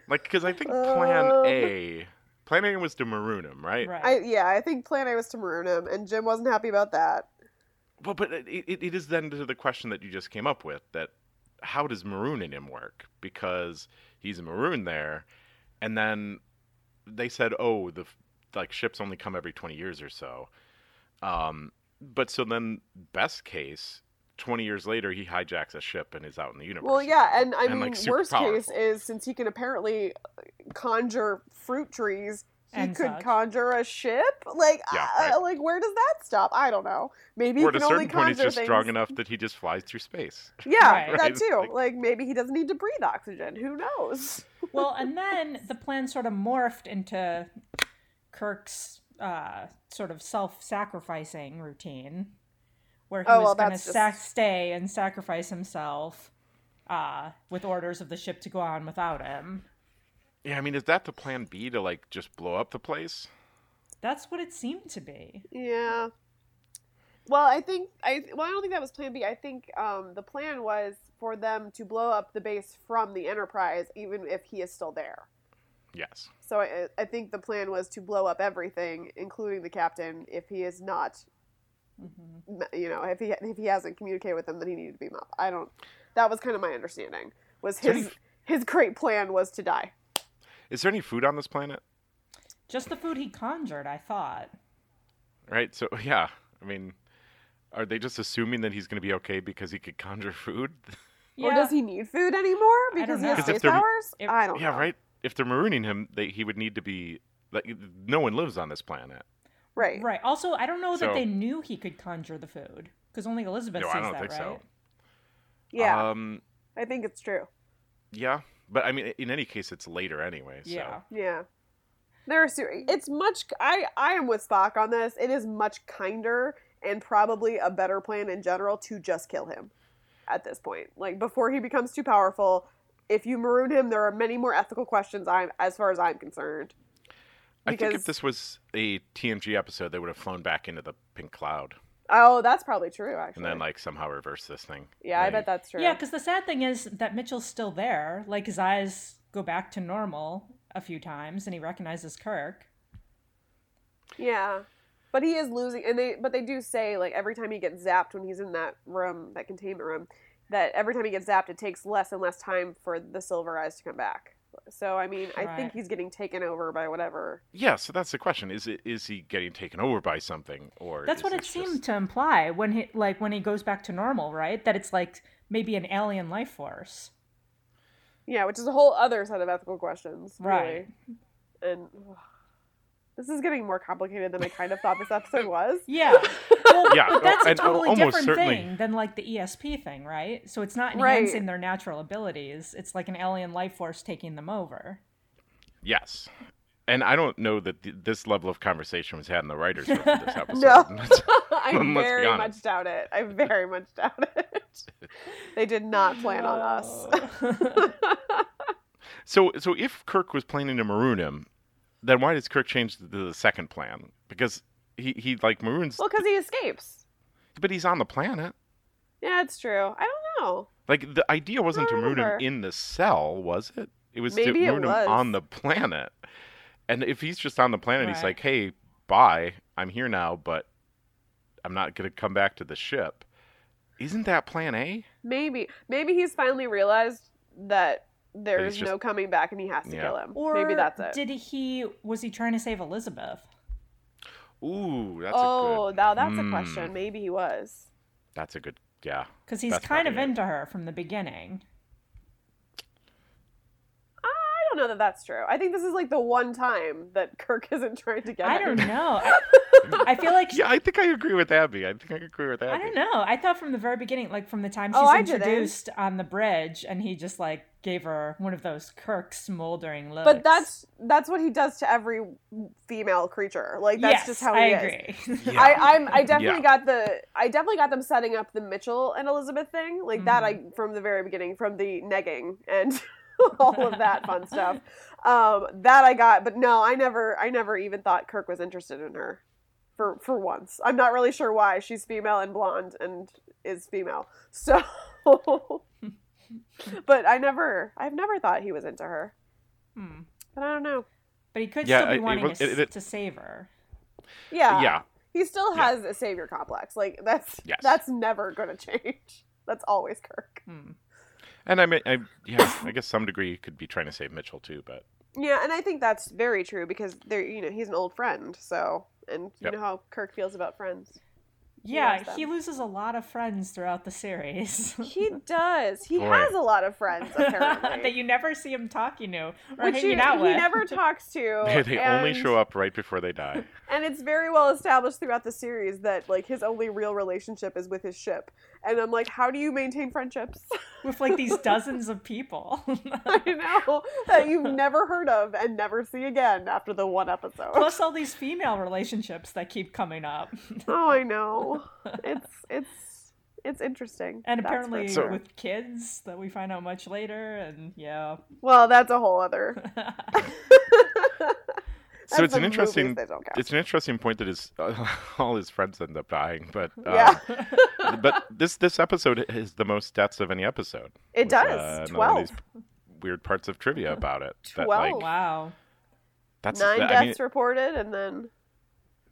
[SPEAKER 1] Like, because I think Plan
[SPEAKER 3] Um.
[SPEAKER 1] A, Plan A was to maroon him, right?
[SPEAKER 3] I yeah I think plan A was to maroon him and Jim wasn't happy about that
[SPEAKER 1] Well, but it, it, it is then to the question that you just came up with that how does marooning him work? Because he's marooned there, and then they said, oh, the f- like ships only come every twenty years or so. Um, but so then, best case, twenty years later, he hijacks a ship and is out in the universe.
[SPEAKER 3] Well, yeah, and I
[SPEAKER 1] And,
[SPEAKER 3] mean,
[SPEAKER 1] like, super
[SPEAKER 3] worst case
[SPEAKER 1] powerful.
[SPEAKER 3] is since he can apparently conjure uh, fruit trees, he
[SPEAKER 2] and
[SPEAKER 3] could
[SPEAKER 2] such.
[SPEAKER 3] conjure a ship. Like,
[SPEAKER 1] Yeah,
[SPEAKER 3] I-
[SPEAKER 1] right.
[SPEAKER 3] like where does that stop? I don't know. Maybe
[SPEAKER 1] Or at
[SPEAKER 3] he
[SPEAKER 1] a
[SPEAKER 3] can only
[SPEAKER 1] certain point,
[SPEAKER 3] conjure
[SPEAKER 1] he's just
[SPEAKER 3] things.
[SPEAKER 1] strong enough that he just flies through space.
[SPEAKER 3] Yeah,
[SPEAKER 2] Right.
[SPEAKER 1] Right,
[SPEAKER 3] that
[SPEAKER 1] it's
[SPEAKER 3] too.
[SPEAKER 1] like-
[SPEAKER 3] Like, maybe he doesn't need to breathe oxygen. Who knows?
[SPEAKER 2] well, and then the plan sort of morphed into Kirk's uh, sort of self-sacrificing routine, where he
[SPEAKER 3] Oh,
[SPEAKER 2] was
[SPEAKER 3] well,
[SPEAKER 2] going to
[SPEAKER 3] that's just-
[SPEAKER 2] sac- stay and sacrifice himself uh, with orders of the ship to go on without him.
[SPEAKER 1] Yeah, I mean, is that the plan B to like just blow up the place?
[SPEAKER 2] That's what it seemed to be.
[SPEAKER 3] Yeah. Well, I think I well, I don't think that was Plan B. I think um, the plan was for them to blow up the base from the Enterprise, even if he is still there.
[SPEAKER 1] Yes.
[SPEAKER 3] So I, I think the plan was to blow up everything, including the captain, if he is not,
[SPEAKER 2] Mhm.
[SPEAKER 3] you know, if he if he hasn't communicated with them, then he needed to beam up. I don't. That was kind of my understanding. Was
[SPEAKER 1] So
[SPEAKER 3] his
[SPEAKER 1] do
[SPEAKER 3] his great plan was to die.
[SPEAKER 1] Is there any food on this planet?
[SPEAKER 2] Just the food he conjured, I thought.
[SPEAKER 1] Right. So yeah, I mean, are they just assuming that he's going to be okay because he could conjure food?
[SPEAKER 3] Or does he need food anymore
[SPEAKER 2] I don't
[SPEAKER 3] because he
[SPEAKER 2] know.
[SPEAKER 3] has
[SPEAKER 1] 'Cause if
[SPEAKER 3] space
[SPEAKER 1] they're-
[SPEAKER 3] powers?
[SPEAKER 2] if-
[SPEAKER 3] I don't
[SPEAKER 1] yeah.
[SPEAKER 3] know.
[SPEAKER 1] Right. If they're marooning him, they, he would need to be. Like, no one lives on this planet.
[SPEAKER 3] Right.
[SPEAKER 2] Right. Also, I don't know
[SPEAKER 1] So-
[SPEAKER 2] that they knew he could conjure the food because only Elizabeth
[SPEAKER 1] no,
[SPEAKER 2] sees
[SPEAKER 1] I don't
[SPEAKER 2] that,
[SPEAKER 1] think
[SPEAKER 2] right?
[SPEAKER 1] so.
[SPEAKER 3] Yeah,
[SPEAKER 1] Um.
[SPEAKER 3] I think it's true.
[SPEAKER 1] Yeah. But I mean, in any case, it's later anyway. So.
[SPEAKER 2] Yeah.
[SPEAKER 3] Yeah. There are ser- it's much I I am with Spock on this. It is much kinder and probably a better plan in general to just kill him at this point. Like before he becomes too powerful, if you maroon him, there are many more ethical questions I'm as far as I'm concerned.
[SPEAKER 1] I think if
[SPEAKER 3] Because-
[SPEAKER 1] this was a TNG episode, they would have flown back into the pink cloud
[SPEAKER 3] Oh, that's probably true actually.
[SPEAKER 1] and then like somehow reverse this thing.
[SPEAKER 3] yeah, I bet that's true.
[SPEAKER 2] Yeah, because the sad thing is that Mitchell's still there. Like his eyes go back to normal a few times, and he recognizes Kirk.
[SPEAKER 3] Yeah. But he is losing and they but they do say like every time he gets zapped when he's in that room, that containment room, that every time he gets zapped it takes less and less time for the silver eyes to come back. So I mean, I
[SPEAKER 2] Right.
[SPEAKER 3] think he's getting taken over by whatever.
[SPEAKER 1] Yeah, so that's the question: is it is he getting taken over by something, or
[SPEAKER 2] That's
[SPEAKER 1] is
[SPEAKER 2] what it
[SPEAKER 1] this just-
[SPEAKER 2] seemed to imply when he like when he goes back to normal, right? That it's like maybe an alien life force.
[SPEAKER 3] Yeah, which is a whole other set of ethical questions. Really.
[SPEAKER 2] Right.
[SPEAKER 3] And ugh, this is getting more complicated than I kind of thought this episode was.
[SPEAKER 2] Yeah. Well,
[SPEAKER 1] Yeah,
[SPEAKER 2] but that's a
[SPEAKER 1] and al-
[SPEAKER 2] totally
[SPEAKER 1] almost
[SPEAKER 2] different
[SPEAKER 1] certainly-
[SPEAKER 2] thing than like the ESP thing, right? So it's not
[SPEAKER 3] Right.
[SPEAKER 2] enhancing their natural abilities. It's like an alien life force taking them over.
[SPEAKER 1] Yes, and I don't know that th- this level of conversation was had in the writers' room for this episode.
[SPEAKER 3] I
[SPEAKER 1] Let's be
[SPEAKER 3] very
[SPEAKER 1] honest.
[SPEAKER 3] much doubt it. I very much doubt it. they did not plan on us.
[SPEAKER 2] Oh. us.
[SPEAKER 1] So, so if Kirk was planning to maroon him, then why does Kirk change to the second plan? Because he he like maroons,
[SPEAKER 3] Well, cuz he escapes.
[SPEAKER 1] but he's on the planet.
[SPEAKER 3] Yeah, it's true. I don't know.
[SPEAKER 1] Like the idea wasn't to maroon him
[SPEAKER 3] remember.
[SPEAKER 1] in the cell, was it? It was to
[SPEAKER 3] Maybe it
[SPEAKER 1] maroon
[SPEAKER 3] was.
[SPEAKER 1] him on the planet. And if he's just on the planet, he's
[SPEAKER 2] Right.
[SPEAKER 1] like, "Hey, bye. I'm here now, but I'm not going to come back to the ship." Isn't that Plan A?
[SPEAKER 3] Maybe. Maybe he's finally realized that there's
[SPEAKER 1] just-
[SPEAKER 3] no coming back and he has to
[SPEAKER 1] Yeah.
[SPEAKER 3] kill him.
[SPEAKER 2] or
[SPEAKER 3] Maybe that's it.
[SPEAKER 2] Did he was he trying to save Elizabeth?
[SPEAKER 1] Ooh, that's
[SPEAKER 3] oh,
[SPEAKER 1] a good.
[SPEAKER 3] now that's a
[SPEAKER 1] Hmm.
[SPEAKER 3] question. Maybe he was.
[SPEAKER 1] That's a good. Yeah,
[SPEAKER 2] Because he's
[SPEAKER 1] That's
[SPEAKER 2] kind of
[SPEAKER 1] probably it.
[SPEAKER 2] into her from the beginning.
[SPEAKER 3] I don't know that that's true. I think this is like the one time that Kirk isn't trying to get
[SPEAKER 2] I
[SPEAKER 3] him.
[SPEAKER 2] don't know. I, I feel like
[SPEAKER 1] yeah. I think I agree with Abby. I think I agree with Abby.
[SPEAKER 2] I don't know. I thought from the very beginning, like from the time she's
[SPEAKER 3] Oh, I didn't.
[SPEAKER 2] introduced on the bridge, and he just like gave her one of those Kirk smoldering looks.
[SPEAKER 3] But that's that's what he does to every female creature. Like that's
[SPEAKER 2] yes,
[SPEAKER 3] just how he
[SPEAKER 2] I
[SPEAKER 3] is.
[SPEAKER 2] agree.
[SPEAKER 1] Yeah.
[SPEAKER 3] I, I'm, I definitely
[SPEAKER 1] Yeah.
[SPEAKER 3] got the I definitely got them setting up the Mitchell and Elizabeth thing like that I
[SPEAKER 1] Mm-hmm.
[SPEAKER 3] from the very beginning from the negging and all of that fun stuff um, that I got but no I never I never even thought Kirk was interested in her for for once I'm not really sure why she's female and blonde and is female so but I never I've never thought he was into her
[SPEAKER 2] Hmm.
[SPEAKER 3] but I don't know
[SPEAKER 2] But he could
[SPEAKER 1] Yeah,
[SPEAKER 2] still
[SPEAKER 1] I-
[SPEAKER 2] be
[SPEAKER 1] it
[SPEAKER 2] wanting
[SPEAKER 1] was-
[SPEAKER 2] to, s-
[SPEAKER 1] it- it-
[SPEAKER 2] to save her.
[SPEAKER 3] yeah
[SPEAKER 1] yeah,
[SPEAKER 3] he still
[SPEAKER 1] Yeah.
[SPEAKER 3] has a savior complex. Like that's
[SPEAKER 1] Yes.
[SPEAKER 3] that's never going to change. That's always Kirk.
[SPEAKER 2] Hmm.
[SPEAKER 1] and I mean, I, yeah, I guess some degree you could be trying to save Mitchell too, but
[SPEAKER 3] Yeah, and I think that's very true because they're you know he's an old friend. So and you
[SPEAKER 1] Yep.
[SPEAKER 3] know how Kirk feels about friends.
[SPEAKER 2] Yeah,
[SPEAKER 3] loves
[SPEAKER 2] he
[SPEAKER 3] them.
[SPEAKER 2] loses a lot of friends throughout the series.
[SPEAKER 3] He does. He
[SPEAKER 1] Boy.
[SPEAKER 3] has a lot of friends apparently.
[SPEAKER 2] that you never see him talking to or
[SPEAKER 3] which
[SPEAKER 2] hanging
[SPEAKER 3] he,
[SPEAKER 2] out
[SPEAKER 3] he
[SPEAKER 2] with.
[SPEAKER 3] never talks to.
[SPEAKER 1] They, they only
[SPEAKER 3] Oh, and-
[SPEAKER 1] show up right before they die.
[SPEAKER 3] And it's very well established throughout the series that like his only real relationship is with his ship. And I'm like, how do you maintain friendships?
[SPEAKER 2] with like these dozens of people.
[SPEAKER 3] I know that you've never heard of and never see again after the one episode.
[SPEAKER 2] Plus all these female relationships that keep coming up.
[SPEAKER 3] oh, I know. It's it's it's interesting.
[SPEAKER 2] And
[SPEAKER 3] that's for
[SPEAKER 2] apparently
[SPEAKER 1] So-
[SPEAKER 2] with kids that we find out much later and yeah.
[SPEAKER 3] well, that's a whole other.
[SPEAKER 1] so
[SPEAKER 3] that's
[SPEAKER 1] it's an
[SPEAKER 3] the
[SPEAKER 1] interesting.
[SPEAKER 3] movies that don't count.
[SPEAKER 1] It's an interesting point that his all his friends end up dying, but uh,
[SPEAKER 3] Yeah.
[SPEAKER 1] but this this episode is the most deaths of any episode.
[SPEAKER 3] It
[SPEAKER 1] with,
[SPEAKER 3] does.
[SPEAKER 1] uh, another one of
[SPEAKER 3] Twelve.
[SPEAKER 1] these weird parts of trivia about it.
[SPEAKER 3] Twelve.
[SPEAKER 2] wow.
[SPEAKER 1] that's
[SPEAKER 3] Nine
[SPEAKER 1] that-
[SPEAKER 3] deaths
[SPEAKER 1] I mean,
[SPEAKER 3] reported, and then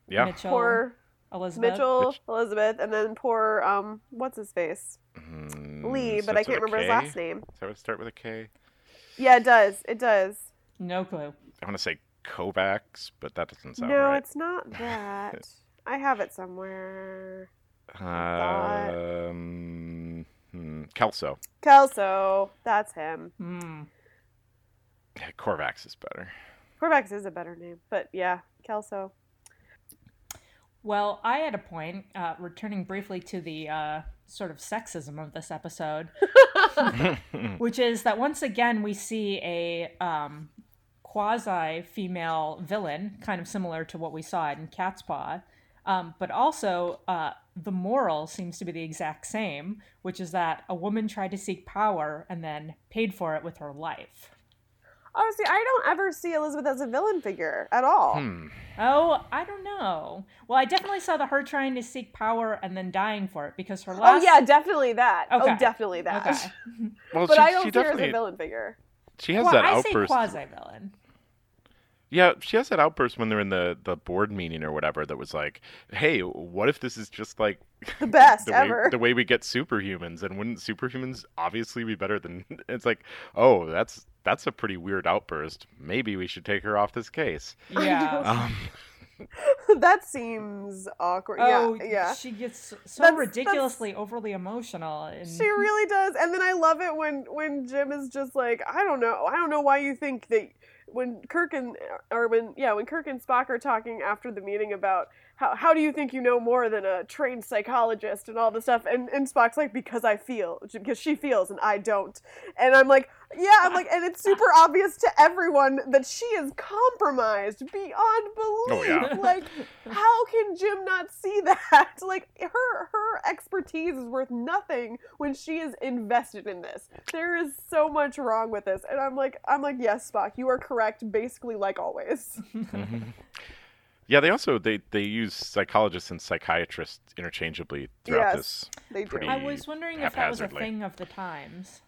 [SPEAKER 1] yeah.
[SPEAKER 2] Mitchell,
[SPEAKER 3] poor
[SPEAKER 2] Elizabeth.
[SPEAKER 3] Mitchell,
[SPEAKER 1] Mitch-
[SPEAKER 3] Elizabeth, and then poor um, what's his face,
[SPEAKER 1] Mm,
[SPEAKER 3] Lee, but
[SPEAKER 1] starts
[SPEAKER 3] I
[SPEAKER 1] with
[SPEAKER 3] can't
[SPEAKER 1] a
[SPEAKER 3] remember his
[SPEAKER 1] K?
[SPEAKER 3] last name.
[SPEAKER 1] Does that start with a K?
[SPEAKER 3] Yeah, it does. It does.
[SPEAKER 2] No clue.
[SPEAKER 1] I want to say Kovacs, but that doesn't sound
[SPEAKER 3] no,
[SPEAKER 1] right.
[SPEAKER 3] it's not that. I have it somewhere. thought-
[SPEAKER 1] Um, hmm, Kelso.
[SPEAKER 3] Kelso, that's him.
[SPEAKER 2] Hmm.
[SPEAKER 1] Yeah, Korvax is better.
[SPEAKER 3] Corvax is a better name, but yeah, Kelso.
[SPEAKER 2] Well, I had a point, uh, returning briefly to the uh, sort of sexism of this episode,
[SPEAKER 1] Hmm.
[SPEAKER 2] which is that once again we see a um, quasi female villain, kind of similar to what we saw in Cat's Paw. Um, but also, uh, the moral seems to be the exact same, which is that a woman tried to seek power and then paid for it with her life.
[SPEAKER 3] Honestly, I don't ever see Elizabeth as a villain figure at all.
[SPEAKER 1] Hmm.
[SPEAKER 2] Oh, I don't know. Well, I definitely saw the her trying to seek power and then dying for it because her
[SPEAKER 3] Oh
[SPEAKER 2] last.
[SPEAKER 3] yeah, definitely that.
[SPEAKER 2] Okay.
[SPEAKER 3] Oh, definitely that.
[SPEAKER 2] Okay.
[SPEAKER 1] Well,
[SPEAKER 3] But
[SPEAKER 1] she,
[SPEAKER 3] I don't
[SPEAKER 1] she
[SPEAKER 3] see her as
[SPEAKER 1] definitely
[SPEAKER 3] a villain figure.
[SPEAKER 1] she has
[SPEAKER 2] well,
[SPEAKER 1] that
[SPEAKER 2] I say
[SPEAKER 1] outburst.
[SPEAKER 2] quasi villain.
[SPEAKER 1] Yeah, she has that outburst when they're in the the board meeting or whatever. That was like, hey, what if this is just like
[SPEAKER 3] The best
[SPEAKER 1] the way,
[SPEAKER 3] ever.
[SPEAKER 1] the way we get superhumans, and wouldn't superhumans obviously be better than? It's like, oh, that's that's a pretty weird outburst. Maybe we should take her off this case.
[SPEAKER 3] I
[SPEAKER 2] Yeah.
[SPEAKER 3] know.
[SPEAKER 1] Um,
[SPEAKER 3] that seems awkward.
[SPEAKER 2] Oh,
[SPEAKER 3] yeah, yeah.
[SPEAKER 2] She gets so
[SPEAKER 3] That's-
[SPEAKER 2] ridiculously overly emotional. And
[SPEAKER 3] She really does. And then I love it when when Jim is just like, I don't know, I don't know why you think that when Kirk and or when yeah, when Kirk and Spock are talking after the meeting about how how do you think you know more than a trained psychologist and all this stuff and and Spock's like because I feel because she feels and I don't. And I'm like, yeah, I'm like and it's super obvious to everyone that she is compromised beyond belief.
[SPEAKER 1] Oh, yeah.
[SPEAKER 3] Like how can Jim not see that? Like her her expertise is worth nothing when she is invested in this. There is so much wrong with this, and I'm like I'm like yes, Spock, you are correct. Basically, like always.
[SPEAKER 1] mhm. Yeah, they also they they use psychologists and psychiatrists interchangeably throughout
[SPEAKER 3] Yes.
[SPEAKER 1] this
[SPEAKER 3] They do.
[SPEAKER 1] Pretty-
[SPEAKER 2] I was wondering if that was a
[SPEAKER 1] haphazardly.
[SPEAKER 2] thing of the times.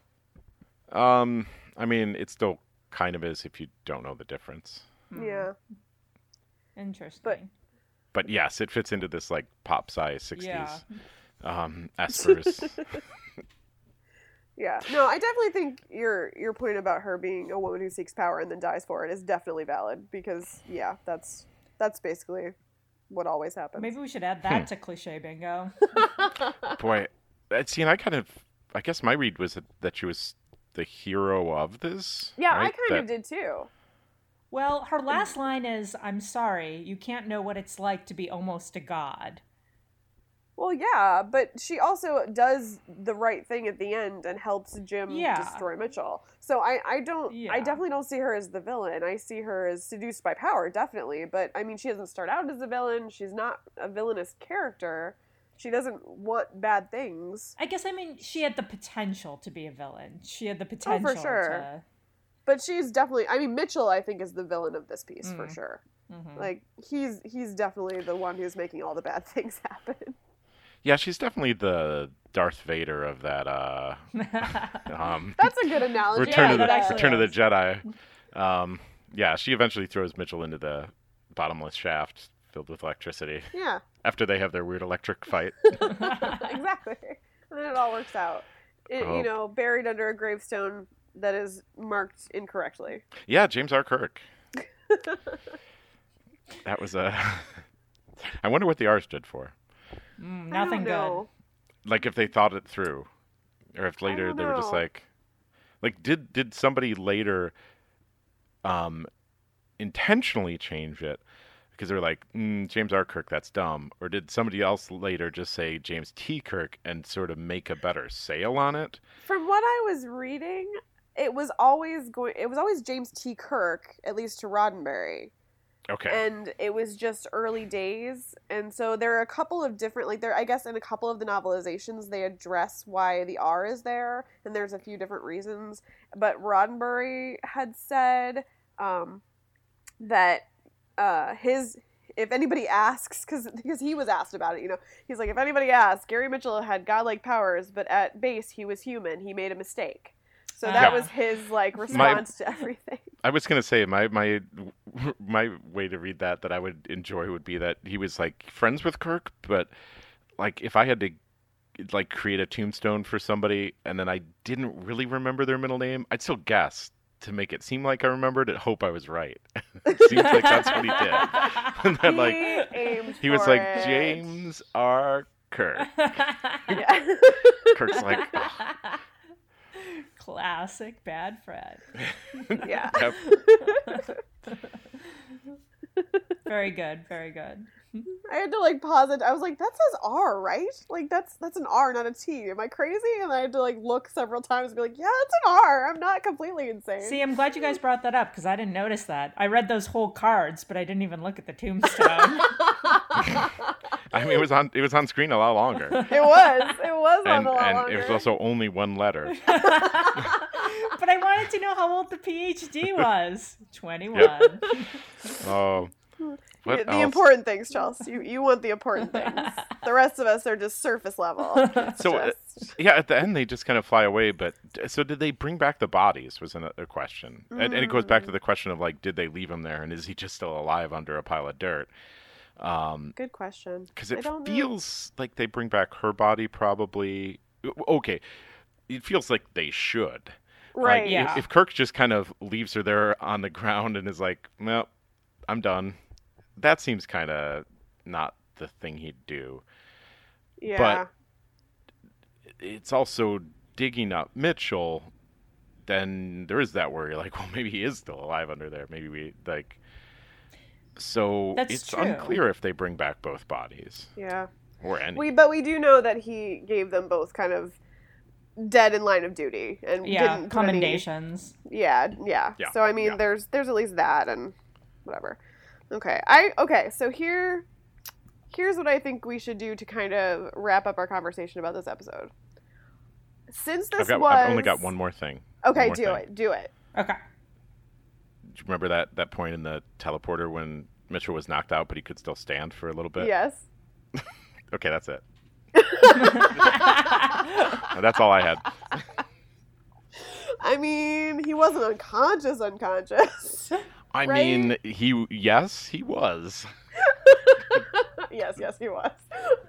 [SPEAKER 1] Um, I mean, it still kind of is if you don't know the difference.
[SPEAKER 2] Hmm,
[SPEAKER 3] Yeah,
[SPEAKER 2] Interesting.
[SPEAKER 1] But yes, it fits into this like pop size sixties
[SPEAKER 2] Yeah.
[SPEAKER 1] um Esper's.
[SPEAKER 3] yeah. No, I definitely think your your point about her being a woman who seeks power and then dies for it is definitely valid because yeah, that's that's basically what always happens.
[SPEAKER 2] Maybe we should add
[SPEAKER 1] Hmm.
[SPEAKER 2] that to cliche bingo.
[SPEAKER 1] Boy, that see, and I kind of, I guess my read was that, that she was the hero of this.
[SPEAKER 3] yeah, I
[SPEAKER 1] right?
[SPEAKER 3] kind of
[SPEAKER 1] That-
[SPEAKER 3] did too.
[SPEAKER 2] Well, her last line is I'm sorry, you can't know what it's like to be almost a god.
[SPEAKER 3] Well, yeah, but she also does the right thing at the end and helps Jim
[SPEAKER 2] Yeah.
[SPEAKER 3] destroy Mitchell. So I, I don't,
[SPEAKER 2] Yeah.
[SPEAKER 3] I definitely don't see her as the villain. I see her as seduced by power, definitely. But I mean, she doesn't start out as a villain. She's not a villainous character. She doesn't want bad things.
[SPEAKER 2] I guess I mean she had the potential to be a villain. She had the potential
[SPEAKER 3] Oh, sure. But she's definitely, I mean, Mitchell, I think, is the villain of this piece for
[SPEAKER 2] Mm.
[SPEAKER 3] sure.
[SPEAKER 2] to mhm.
[SPEAKER 3] Like he's he's definitely the one who's making all the bad things happen.
[SPEAKER 1] yeah, she's definitely the Darth Vader of that. uh
[SPEAKER 2] Mm,
[SPEAKER 1] um,
[SPEAKER 3] That's a good analogy.
[SPEAKER 1] Return
[SPEAKER 2] Oh, Yeah,
[SPEAKER 1] of the
[SPEAKER 2] that actually
[SPEAKER 1] Return of the Jedi. Um, yeah, she eventually throws Mitchell into the bottomless shaft filled with electricity
[SPEAKER 3] yeah,
[SPEAKER 1] after they have their weird electric fight.
[SPEAKER 3] exactly. And then it all works out. It,
[SPEAKER 1] Oh.
[SPEAKER 3] You know, buried under a gravestone that is marked incorrectly.
[SPEAKER 1] Yeah, James R. Kirk. that was a. I wonder what the R stood for.
[SPEAKER 2] Mm,
[SPEAKER 3] I don't
[SPEAKER 2] nothing good.
[SPEAKER 3] know.
[SPEAKER 1] Like if they thought it through, or if later
[SPEAKER 3] don't
[SPEAKER 1] they were just
[SPEAKER 3] know.
[SPEAKER 1] like, like did did somebody later, um, intentionally change it because they were like mm, James R. Kirk, that's dumb, or did somebody else later just say James T. Kirk and sort of make a better sale on it?
[SPEAKER 3] From what I was reading, it was always going. It was always James T. Kirk, at least to Roddenberry,
[SPEAKER 1] Okay,
[SPEAKER 3] and it was just early days. And so there are a couple of different, like there. I guess in a couple of the novelizations, they address why the R is there, and there's a few different reasons. But Roddenberry had said um, that uh, his. If anybody asks, because because he was asked about it, you know, he's like, if anybody asks, Gary Mitchell had godlike powers, but at base he was human. He made a mistake. So that
[SPEAKER 2] Ah.
[SPEAKER 3] was his like response to everything.
[SPEAKER 1] I was gonna say my my my way to read that that I would enjoy would be that he was like friends with Kirk, but like if I had to like create a tombstone for somebody and then I didn't really remember their middle name, I'd still guess to make it seem like I remembered it, hope I was right. it seems like that's what he did. and then like
[SPEAKER 3] he aimed
[SPEAKER 1] he was
[SPEAKER 3] for
[SPEAKER 1] like
[SPEAKER 3] it.
[SPEAKER 1] James R. Kirk.
[SPEAKER 3] Yeah.
[SPEAKER 1] Kirk's like "Oh, "Ugh."
[SPEAKER 2] Classic bad Fred.
[SPEAKER 3] yeah.
[SPEAKER 1] Yep.
[SPEAKER 2] Very good. Very good.
[SPEAKER 3] I had to like pause it. I was like, that says R, right? Like that's that's an R, not a T. Am I crazy? And I had to like look several times and be like, yeah, it's an R. I'm not completely insane.
[SPEAKER 2] See, I'm glad you guys brought that up because I didn't notice that. I read those whole cards, but I didn't even look at the tombstone.
[SPEAKER 1] I mean it was on it was on screen a lot longer.
[SPEAKER 3] it was. It was on
[SPEAKER 1] and
[SPEAKER 3] the lot
[SPEAKER 1] and
[SPEAKER 3] longer.
[SPEAKER 1] it was also only one letter.
[SPEAKER 2] but I wanted to know how old the PhD was. 21.
[SPEAKER 1] Oh, what
[SPEAKER 3] Yeah, the
[SPEAKER 1] else?
[SPEAKER 3] important things, Charles. You you want the important things. the rest of us are just surface level. It's
[SPEAKER 1] So, uh,
[SPEAKER 3] just-
[SPEAKER 1] yeah, at the end they just kind of fly away. But so did they bring back the bodies? Was another question, and, and it goes
[SPEAKER 3] Mm.
[SPEAKER 1] back to the question of like, did they leave him there, and is he just still alive under a pile of dirt? Um,
[SPEAKER 3] good question.
[SPEAKER 1] because
[SPEAKER 3] I
[SPEAKER 1] it
[SPEAKER 3] don't know.
[SPEAKER 1] feels like they bring back her body, probably. Okay, it feels like they should.
[SPEAKER 3] right.
[SPEAKER 1] Like,
[SPEAKER 2] yeah.
[SPEAKER 1] If, if Kirk just kind of leaves her there on the ground and is like, "Well, I'm done," that seems kind of not the thing he'd do.
[SPEAKER 3] Yeah.
[SPEAKER 1] it's also digging up Mitchell, then there is that worry like, well, maybe he is still alive under there. Maybe we like. So
[SPEAKER 2] That's
[SPEAKER 1] it's
[SPEAKER 2] true.
[SPEAKER 1] unclear if they bring back both bodies
[SPEAKER 3] yeah.
[SPEAKER 1] or any.
[SPEAKER 3] We but we do know that he gave them both kind of dead in line of duty and
[SPEAKER 2] Yeah,
[SPEAKER 3] didn't put any-
[SPEAKER 2] commendations.
[SPEAKER 3] yeah, yeah.
[SPEAKER 1] Yeah,
[SPEAKER 3] So I mean,
[SPEAKER 1] yeah.
[SPEAKER 3] there's there's at least that and whatever. Okay. I okay. So here, here's what I think we should do to kind of wrap up our conversation about this episode. Since this
[SPEAKER 1] I've got.
[SPEAKER 3] was,
[SPEAKER 1] I've only got one more thing.
[SPEAKER 3] Okay,
[SPEAKER 1] more
[SPEAKER 3] do
[SPEAKER 1] thing.
[SPEAKER 3] it. Do it.
[SPEAKER 2] Okay.
[SPEAKER 1] Do you remember that that point in the teleporter when Mitchell was knocked out, but he could still stand for a little bit?
[SPEAKER 3] yes.
[SPEAKER 1] Okay, that's it. That's all I had.
[SPEAKER 3] I mean, he wasn't unconscious, unconscious.
[SPEAKER 1] I
[SPEAKER 3] Right?
[SPEAKER 1] mean, he. Yes, he was.
[SPEAKER 3] yes, yes, he was.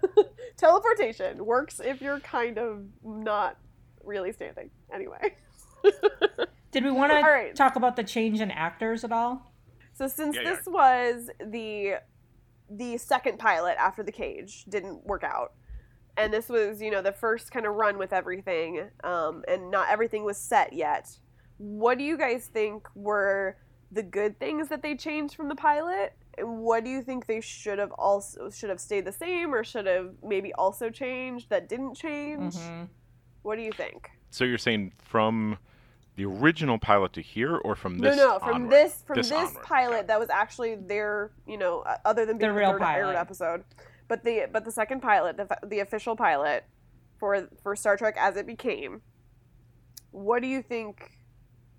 [SPEAKER 3] Teleportation works if you're kind of not really standing. Anyway.
[SPEAKER 2] Did we want to
[SPEAKER 3] All right.
[SPEAKER 2] talk about the change in actors at all?
[SPEAKER 3] So since
[SPEAKER 1] Yeah, yeah.
[SPEAKER 3] this was the the second pilot after the cage didn't work out, and this was you know the first kind of run with everything, um, and not everything was set yet. What do you guys think were the good things that they changed from the pilot? And what do you think they should have also should have stayed the same or should have maybe also changed that didn't change?
[SPEAKER 2] Mhm.
[SPEAKER 3] What do you think?
[SPEAKER 1] So you're saying from the original pilot to here, or from this?
[SPEAKER 3] no, no, from
[SPEAKER 1] onward?
[SPEAKER 3] this from
[SPEAKER 1] This
[SPEAKER 3] this,
[SPEAKER 1] onward,
[SPEAKER 3] pilot
[SPEAKER 1] yeah.
[SPEAKER 3] that was actually their, you know, uh, other than being
[SPEAKER 2] The
[SPEAKER 3] the,
[SPEAKER 2] real
[SPEAKER 3] third aired
[SPEAKER 2] pilot.
[SPEAKER 3] episode, but the but the second pilot, the, f- the official pilot for for Star Trek as it became. What do you think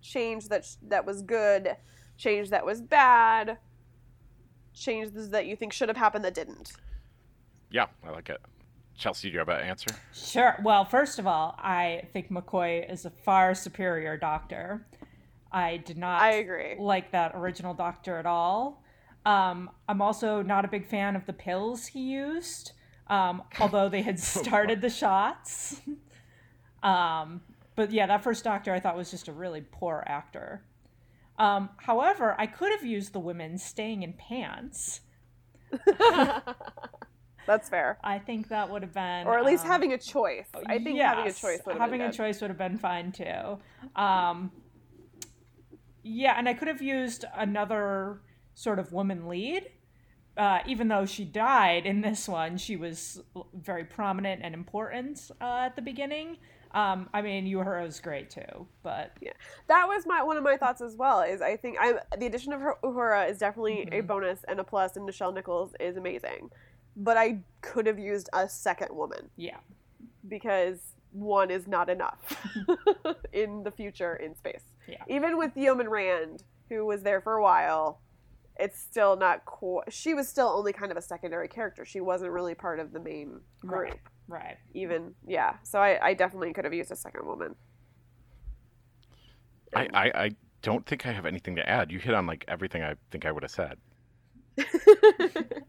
[SPEAKER 3] change that sh- that was good, change that was bad, changes that you think should have happened that didn't?
[SPEAKER 1] Yeah, I like it. Chelsea, do you have an answer?
[SPEAKER 2] Sure. Well, first of all, I think McCoy is a far superior doctor. I did not
[SPEAKER 3] I agree.
[SPEAKER 2] like that original doctor at all. Um, I'm also not a big fan of the pills he used, um, although they had started the shots. um, but yeah, that first doctor I thought was just a really poor actor. Um, however, I could have used the women staying in pants.
[SPEAKER 3] That's fair.
[SPEAKER 2] I think that would have been,
[SPEAKER 3] Or at least
[SPEAKER 2] um,
[SPEAKER 3] having a choice. I think having a
[SPEAKER 2] yes,
[SPEAKER 3] choice would have
[SPEAKER 2] having
[SPEAKER 3] been
[SPEAKER 2] a
[SPEAKER 3] good.
[SPEAKER 2] choice would have been fine too. Um, yeah, and I could have used another sort of woman lead. Uh, even though she died in this one, she was l- very prominent and important uh, at the beginning. Um, I mean, Uhura is great too, but
[SPEAKER 3] That was my one of my thoughts as well. Is I think I the addition of her- Uhura is definitely a
[SPEAKER 2] Mhm.
[SPEAKER 3] bonus and a plus, and Nichelle Nichols is amazing. But I could have used a second woman
[SPEAKER 2] yeah,
[SPEAKER 3] because one is not enough in the future in space.
[SPEAKER 2] Yeah.
[SPEAKER 3] Even with Yeoman Rand, who was there for a while, it's still not cool. She was still only kind of a secondary character. She wasn't really part of the main group.
[SPEAKER 2] Right. right.
[SPEAKER 3] Even yeah, so I, I definitely could have used a second woman.
[SPEAKER 1] I, I, I don't think I have anything to add. You hit on like everything I think I would have said.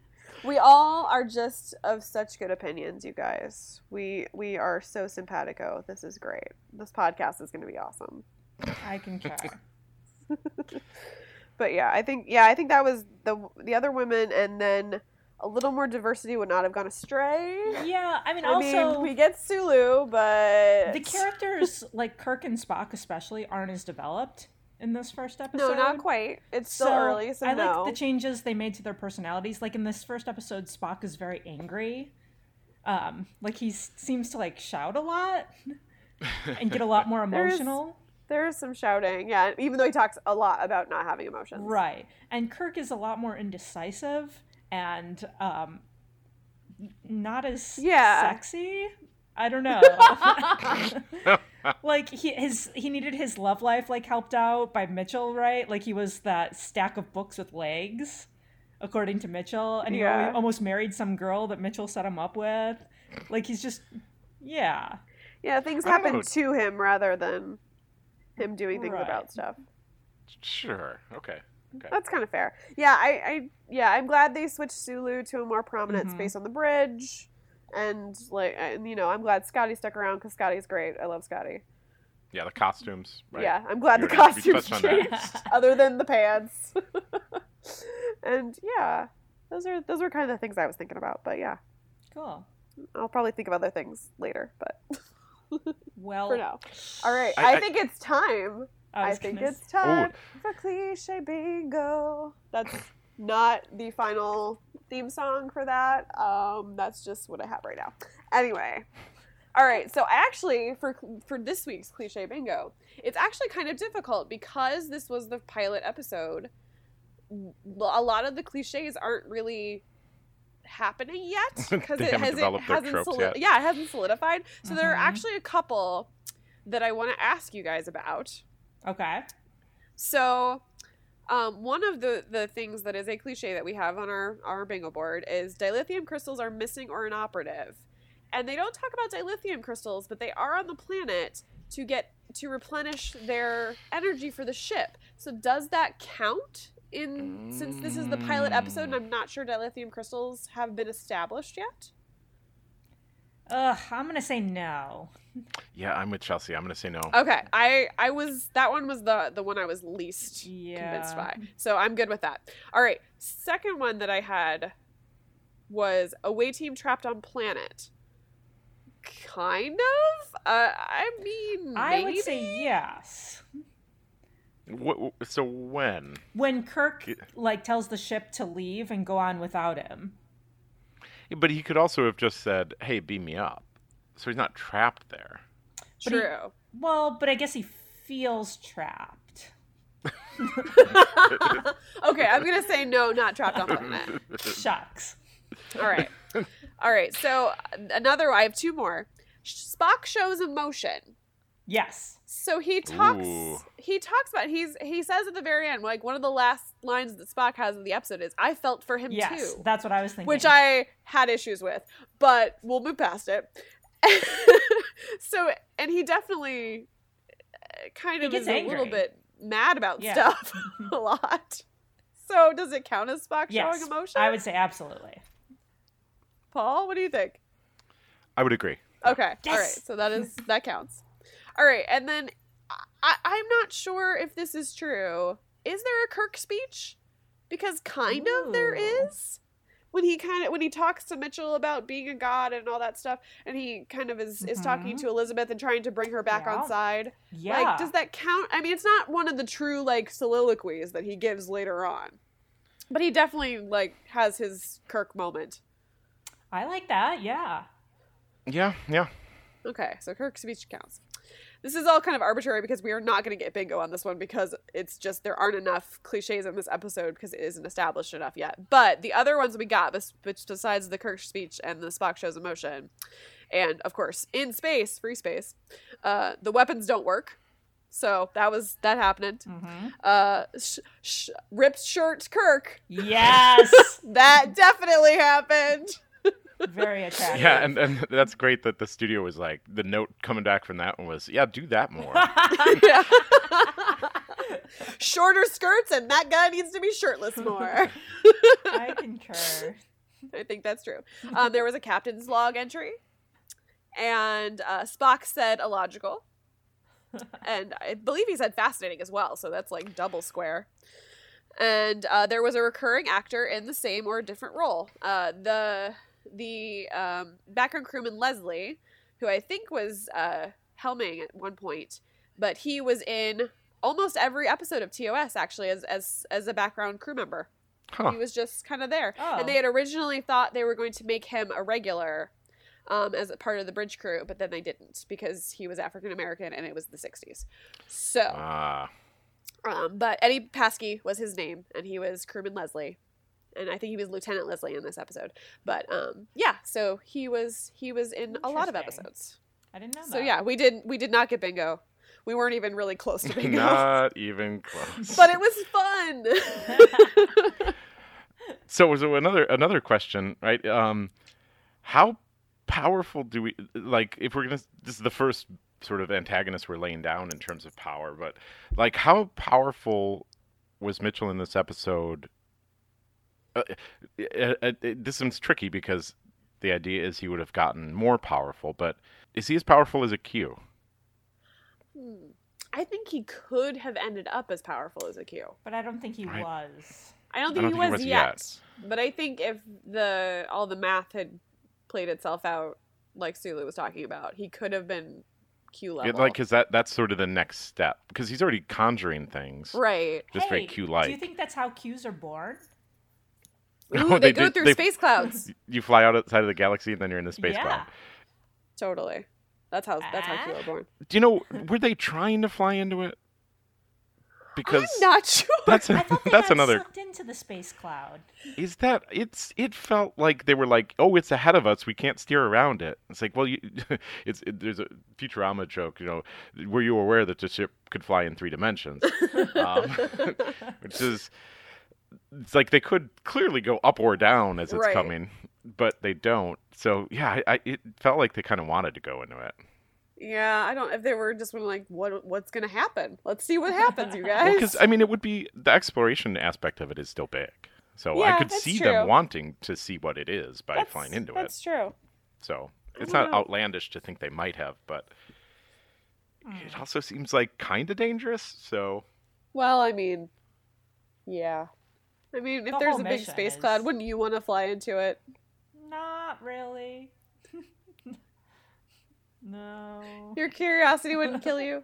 [SPEAKER 3] we all are just of such good opinions, you guys. We we are so simpatico. This is great. This podcast is going to be awesome.
[SPEAKER 2] I concur.
[SPEAKER 3] But yeah, I think yeah, I think that was the the other women, and then a little more diversity would not have gone astray.
[SPEAKER 2] yeah, I mean,
[SPEAKER 3] I
[SPEAKER 2] also
[SPEAKER 3] mean, we get Sulu, but
[SPEAKER 2] the characters like Kirk and Spock especially aren't as developed in this first episode.
[SPEAKER 3] No, not quite. It's still early, so
[SPEAKER 2] I
[SPEAKER 3] no.
[SPEAKER 2] like the changes they made to their personalities. Like in this first episode, Spock is very angry. Um, like he s- seems to like shout a lot and get a lot more
[SPEAKER 3] There's-
[SPEAKER 2] emotional.
[SPEAKER 3] There's some shouting, yeah. Even though he talks a lot about not having emotions,
[SPEAKER 2] Right. And Kirk is a lot more indecisive and um n- not as
[SPEAKER 3] Yeah.
[SPEAKER 2] sexy. I don't know. like he his he needed his love life like helped out by Mitchell, right? Like he was that stack of books with legs, according to Mitchell, and he
[SPEAKER 3] Yeah.
[SPEAKER 2] al- almost married some girl that Mitchell set him up with. Like he's just yeah.
[SPEAKER 3] Yeah, things
[SPEAKER 1] I don't
[SPEAKER 3] happen
[SPEAKER 1] know.
[SPEAKER 3] to him rather than him doing things
[SPEAKER 2] Right.
[SPEAKER 3] about stuff.
[SPEAKER 1] Sure. Okay.
[SPEAKER 3] That's kind of fair. Yeah, I, I yeah, I'm glad they switched Sulu to a more prominent
[SPEAKER 1] Mm-hmm.
[SPEAKER 2] Mhm.
[SPEAKER 3] space on the bridge, and like, and you know, I'm glad Scotty stuck around because Scotty's great. I love Scotty.
[SPEAKER 1] Yeah, the costumes. Right.
[SPEAKER 3] Yeah, I'm glad
[SPEAKER 1] You
[SPEAKER 3] the
[SPEAKER 1] already- we
[SPEAKER 3] costumes
[SPEAKER 1] touched on that.
[SPEAKER 3] changed, other than the pants. and yeah, those are those were kind of the things I was thinking about. But yeah,
[SPEAKER 2] Cool.
[SPEAKER 3] I'll probably think of other things later. But
[SPEAKER 2] Well,
[SPEAKER 3] for now, all right.
[SPEAKER 1] I-
[SPEAKER 3] I,
[SPEAKER 1] I-
[SPEAKER 3] think it's time.
[SPEAKER 2] I,
[SPEAKER 3] I,
[SPEAKER 2] was
[SPEAKER 3] think
[SPEAKER 2] gonna
[SPEAKER 3] it's time for cliche bingo. That's not the final theme song for that. Um, that's just what I have right now. Anyway, all right. So actually, for for this week's cliche bingo, it's actually kind of difficult because this was the pilot episode. A lot of the cliches aren't really happening yet because
[SPEAKER 1] They
[SPEAKER 3] it
[SPEAKER 1] haven't
[SPEAKER 3] hasn't,
[SPEAKER 1] developed their
[SPEAKER 3] hasn't
[SPEAKER 1] tropes
[SPEAKER 3] soli-
[SPEAKER 1] yet.
[SPEAKER 3] yeah, it hasn't solidified. So there are
[SPEAKER 2] Mhm.
[SPEAKER 3] actually a couple that I want to ask you guys about.
[SPEAKER 2] Okay.
[SPEAKER 3] So, um, one of the, the things that is a cliche that we have on our, our bingo board is dilithium crystals are missing or inoperative. And they don't talk about dilithium crystals, but they are on the planet to get to replenish their energy for the ship. So, does that count? In since this is the pilot episode, and I'm not sure dilithium crystals have been established yet.
[SPEAKER 2] Ugh, I'm gonna say no.
[SPEAKER 1] Yeah, I'm with Chelsea. I'm gonna say no.
[SPEAKER 3] Okay, I I was that one was the the one I was least
[SPEAKER 2] Yeah.
[SPEAKER 3] convinced by. So I'm good with that. All right. Second one that I had was away team trapped on planet. Kind of. Uh, I mean,
[SPEAKER 2] I would
[SPEAKER 3] maybe?
[SPEAKER 2] say yes.
[SPEAKER 1] Wh- wh- so when?
[SPEAKER 2] When Kirk
[SPEAKER 1] Yeah.
[SPEAKER 2] like tells the ship to leave and go on without him.
[SPEAKER 1] But he could also have just said, "Hey, beam me up." So he's not trapped there.
[SPEAKER 2] but he-
[SPEAKER 3] true.
[SPEAKER 2] Well, but I guess he feels trapped.
[SPEAKER 3] okay, I'm gonna say no, not trapped on planet.
[SPEAKER 2] Shucks.
[SPEAKER 3] All right. All right. So uh, another. I have two more. Spock shows emotion.
[SPEAKER 2] Yes.
[SPEAKER 3] So he talks.
[SPEAKER 1] Ooh.
[SPEAKER 3] He talks about. He's. He says at the very end, like one of the last lines that Spock has in the episode is, "I felt for him
[SPEAKER 2] Yes.
[SPEAKER 3] too,"
[SPEAKER 2] That's what I was thinking.
[SPEAKER 3] which I had issues with, but we'll move past it. so, and he definitely uh, kind
[SPEAKER 2] He
[SPEAKER 3] of
[SPEAKER 2] gets
[SPEAKER 3] is a little
[SPEAKER 2] angry.
[SPEAKER 3] bit mad about
[SPEAKER 2] Yeah.
[SPEAKER 3] stuff a lot. So, does it count as Spock
[SPEAKER 2] yes,
[SPEAKER 3] showing emotion?
[SPEAKER 2] I would say absolutely.
[SPEAKER 3] Paul, what do you think?
[SPEAKER 1] I would agree.
[SPEAKER 3] Okay. All right.
[SPEAKER 2] Yes.
[SPEAKER 3] So that is that counts. All right. And then I- I, I'm not sure if this is true. Is there a Kirk speech? Because kind of there
[SPEAKER 2] Ooh.
[SPEAKER 3] is. when he kind of when he talks to Mitchell about being a god and all that stuff, and he kind of is is talking
[SPEAKER 2] Mhm.
[SPEAKER 3] to Elizabeth and trying to bring her back
[SPEAKER 2] Yeah.
[SPEAKER 3] on side.
[SPEAKER 2] Yeah.
[SPEAKER 3] Like, does that count? I mean, it's not one of the true like soliloquies that he gives later on, but he definitely like has his Kirk moment.
[SPEAKER 2] I like that. Yeah.
[SPEAKER 1] Yeah, yeah.
[SPEAKER 3] Okay, so Kirk's speech counts. This is all kind of arbitrary because we are not going to get bingo on this one because it's just there aren't enough cliches in this episode because it isn't established enough yet. But the other ones we got, bes- which besides the Kirk speech and the Spock shows emotion, and of course in space, free space, uh, the weapons don't work. So that was that happened.
[SPEAKER 2] Mm-hmm.
[SPEAKER 3] Uh, sh- sh- ripped shirt Kirk,
[SPEAKER 2] Yes.
[SPEAKER 3] that definitely happened.
[SPEAKER 2] Very attractive.
[SPEAKER 1] Yeah, and, and that's great that the studio was like the note coming back from that one was, yeah, do that more.
[SPEAKER 3] Yeah. Shorter skirts, and that guy needs to be shirtless more.
[SPEAKER 2] I concur.
[SPEAKER 3] I think that's true. Um, there was a captain's log entry, and uh, Spock said illogical. And I believe he said fascinating as well, so that's like double square. And uh, there was a recurring actor in the same or different role. Uh, the the um, background crewman Leslie, who I think was uh, helming at one point, but he was in almost every episode of TOS actually as as as a background crew member.
[SPEAKER 1] Huh.
[SPEAKER 3] He was just kind of there.
[SPEAKER 2] Oh.
[SPEAKER 3] And they had originally thought they were going to make him a regular um, as a part of the bridge crew, but then they didn't because he was African American and it was the 60s. So,
[SPEAKER 1] Ah.
[SPEAKER 3] um, but Eddie Paskey was his name, and he was crewman Leslie. And I think he was Lieutenant Leslie in this episode. But um, yeah, so he was he was in a lot of
[SPEAKER 2] Interesting.
[SPEAKER 3] episodes.
[SPEAKER 2] I didn't know that.
[SPEAKER 3] So yeah, we did we did not get bingo. We weren't even really close to bingo.
[SPEAKER 1] Not even close.
[SPEAKER 3] But it was fun.
[SPEAKER 1] so was another another question, right? Um, how powerful do we like if we're gonna? This is the first sort of antagonist we're laying down in terms of power, but like how powerful was Mitchell in this episode? Uh, uh, uh, this seems tricky because the idea is he would have gotten more powerful, but is he as powerful as a Q?
[SPEAKER 3] Hmm. I think he could have ended up as powerful as a Q.
[SPEAKER 2] But I don't think he
[SPEAKER 1] Right.
[SPEAKER 2] was.
[SPEAKER 3] I don't
[SPEAKER 1] I
[SPEAKER 3] think,
[SPEAKER 1] don't think
[SPEAKER 3] he, was yet, But I think if the all the math had played itself out, like Sulu was talking about, he could have been Q level.
[SPEAKER 1] It, like, is that that's sort of the next step because he's already conjuring things,
[SPEAKER 3] right?
[SPEAKER 1] just very
[SPEAKER 2] Hey,
[SPEAKER 1] Q
[SPEAKER 2] Do
[SPEAKER 1] like.
[SPEAKER 2] you think that's how Qs are born?
[SPEAKER 1] No,
[SPEAKER 3] Ooh,
[SPEAKER 1] they
[SPEAKER 3] they, go
[SPEAKER 1] did-
[SPEAKER 3] through
[SPEAKER 1] they-
[SPEAKER 3] space clouds.
[SPEAKER 1] you fly out outside of the galaxy and then you're in the space
[SPEAKER 2] yeah.
[SPEAKER 1] cloud.
[SPEAKER 3] totally. That's how that's how Q
[SPEAKER 2] Ah.
[SPEAKER 3] are born.
[SPEAKER 1] Do you know were they trying to fly into it? Because
[SPEAKER 3] I'm not sure.
[SPEAKER 1] that's
[SPEAKER 2] I thought they
[SPEAKER 1] that's
[SPEAKER 2] got
[SPEAKER 1] another.
[SPEAKER 2] sucked into the space cloud.
[SPEAKER 1] Is that it's? It felt like they were like, oh, it's ahead of us. We can't steer around it. It's like, well, you, it's it, there's a Futurama joke. You know, were you aware that the ship could fly in three dimensions? um, which is, it's like they could clearly go up or down as it's
[SPEAKER 3] Right.
[SPEAKER 1] coming, but they don't. So yeah, I, I, it felt like they kind of wanted to go into it.
[SPEAKER 3] Yeah, I don't. If they were just like, what what's gonna happen? Let's see what happens, you guys.
[SPEAKER 1] Well, because I mean, it would be the exploration aspect of it is still big, so
[SPEAKER 3] Yeah,
[SPEAKER 1] I could
[SPEAKER 3] that's
[SPEAKER 1] see
[SPEAKER 3] true.
[SPEAKER 1] them wanting to see what it is by
[SPEAKER 3] That's-
[SPEAKER 1] flying into it.
[SPEAKER 3] that's true.
[SPEAKER 1] So
[SPEAKER 3] I
[SPEAKER 1] it's
[SPEAKER 3] don't
[SPEAKER 1] not
[SPEAKER 3] know.
[SPEAKER 1] outlandish to think they might have, but
[SPEAKER 2] Mm.
[SPEAKER 3] Hmm.
[SPEAKER 1] it also seems like kind of dangerous. So
[SPEAKER 3] Well, I mean, yeah. I mean, if
[SPEAKER 2] The
[SPEAKER 3] there's
[SPEAKER 2] whole
[SPEAKER 3] a big
[SPEAKER 2] mission
[SPEAKER 3] space
[SPEAKER 2] is-
[SPEAKER 3] cloud, wouldn't you want to fly into it?
[SPEAKER 2] Not really. no.
[SPEAKER 3] Your curiosity wouldn't kill you.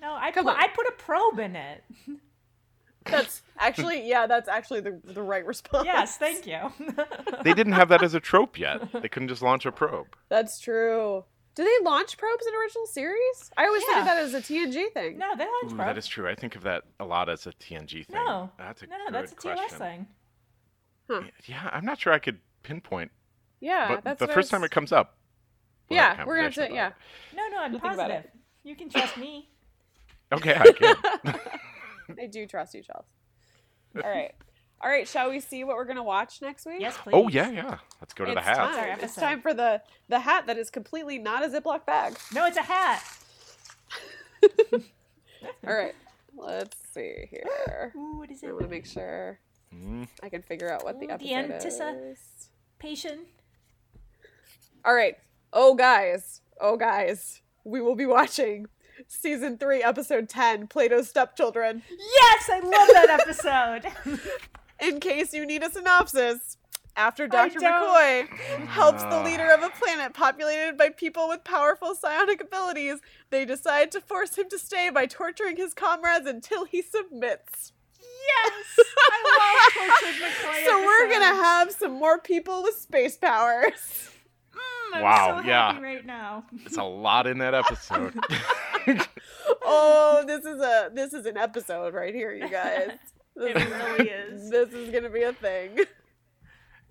[SPEAKER 2] No, I
[SPEAKER 3] Come
[SPEAKER 2] put,
[SPEAKER 3] on.
[SPEAKER 2] I put a probe in it.
[SPEAKER 3] That's actually, yeah, that's actually the, the right response.
[SPEAKER 2] Yes, thank you.
[SPEAKER 1] they didn't have that as a trope yet. They couldn't just launch a probe.
[SPEAKER 3] That's true. Do they launch probes in original series? I always think of
[SPEAKER 2] Yeah.
[SPEAKER 3] that as a TNG thing.
[SPEAKER 2] no, they launch
[SPEAKER 1] Ooh,
[SPEAKER 2] probe.
[SPEAKER 1] that is true. I think of that a lot as a TNG thing.
[SPEAKER 2] No,
[SPEAKER 1] that's a
[SPEAKER 2] no,
[SPEAKER 1] good
[SPEAKER 2] that's a TOS
[SPEAKER 1] question.
[SPEAKER 2] thing.
[SPEAKER 1] Yeah, I'm not sure I could pinpoint,
[SPEAKER 3] Yeah,
[SPEAKER 1] but
[SPEAKER 3] that's
[SPEAKER 1] the
[SPEAKER 3] what I
[SPEAKER 1] first
[SPEAKER 3] was-
[SPEAKER 1] time it comes up. we'll have a
[SPEAKER 3] Yeah, we're gonna have to.
[SPEAKER 1] conversation
[SPEAKER 3] Yeah,
[SPEAKER 1] about
[SPEAKER 2] No, no, I'm
[SPEAKER 3] Think about
[SPEAKER 2] positive.
[SPEAKER 3] it.
[SPEAKER 2] You can trust me.
[SPEAKER 1] it. Okay, I can.
[SPEAKER 3] I do trust you, Charles. All right, all right. Shall we see what we're gonna watch next week?
[SPEAKER 2] Yes, please.
[SPEAKER 1] oh yeah, yeah. Let's go to the
[SPEAKER 3] It's
[SPEAKER 1] hat.
[SPEAKER 2] Sorry,
[SPEAKER 3] time. It's
[SPEAKER 2] episode.
[SPEAKER 3] time for the the hat that is completely not a Ziploc bag.
[SPEAKER 2] No, it's a hat.
[SPEAKER 3] All right, let's see here.
[SPEAKER 2] Ooh, what is
[SPEAKER 3] I
[SPEAKER 2] it?
[SPEAKER 3] want to make sure
[SPEAKER 1] Mm.
[SPEAKER 3] I can figure out what the
[SPEAKER 2] Ooh, the
[SPEAKER 3] episode
[SPEAKER 2] antici-
[SPEAKER 3] is.
[SPEAKER 2] Patient.
[SPEAKER 3] All right. Oh, guys. Oh, guys. We will be watching season three, episode 10 Plato's Stepchildren.
[SPEAKER 2] Yes, I love that episode.
[SPEAKER 3] In case you need a synopsis, after Dr. McCoy
[SPEAKER 2] don't.
[SPEAKER 3] helps the
[SPEAKER 1] Ah.
[SPEAKER 3] leader of a planet populated by people with powerful psionic abilities, they decide to force him to stay by torturing his comrades until he submits.
[SPEAKER 2] Yes, I love tortured McCoy.
[SPEAKER 3] so we're gonna
[SPEAKER 2] episodes.
[SPEAKER 3] have some more people with space powers.
[SPEAKER 2] Mm, I'm
[SPEAKER 1] Wow,
[SPEAKER 2] so
[SPEAKER 1] yeah.
[SPEAKER 2] happy right now.
[SPEAKER 1] It's a lot in that episode.
[SPEAKER 3] Oh, this is a this is an episode right here, you guys. This
[SPEAKER 2] It really is.
[SPEAKER 3] This is gonna be a thing.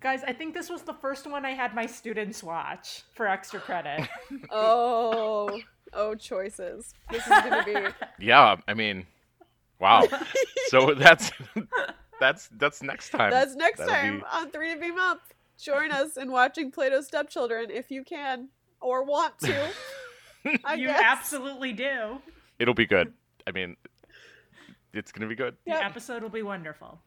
[SPEAKER 2] Guys, I think this was the first one I had my students watch for extra credit.
[SPEAKER 3] Oh, oh, choices. This is gonna be.
[SPEAKER 1] yeah, I mean, wow. So that's that's that's next time.
[SPEAKER 3] That's next
[SPEAKER 1] That'll
[SPEAKER 3] time
[SPEAKER 1] be-
[SPEAKER 3] on Three to Beam Up. Join us in watching Plato's Stepchildren if you can or want to. I
[SPEAKER 2] you
[SPEAKER 3] guess.
[SPEAKER 2] absolutely do.
[SPEAKER 1] It'll be good. I mean, it's gonna be good.
[SPEAKER 2] The
[SPEAKER 3] Yep.
[SPEAKER 2] episode will be wonderful.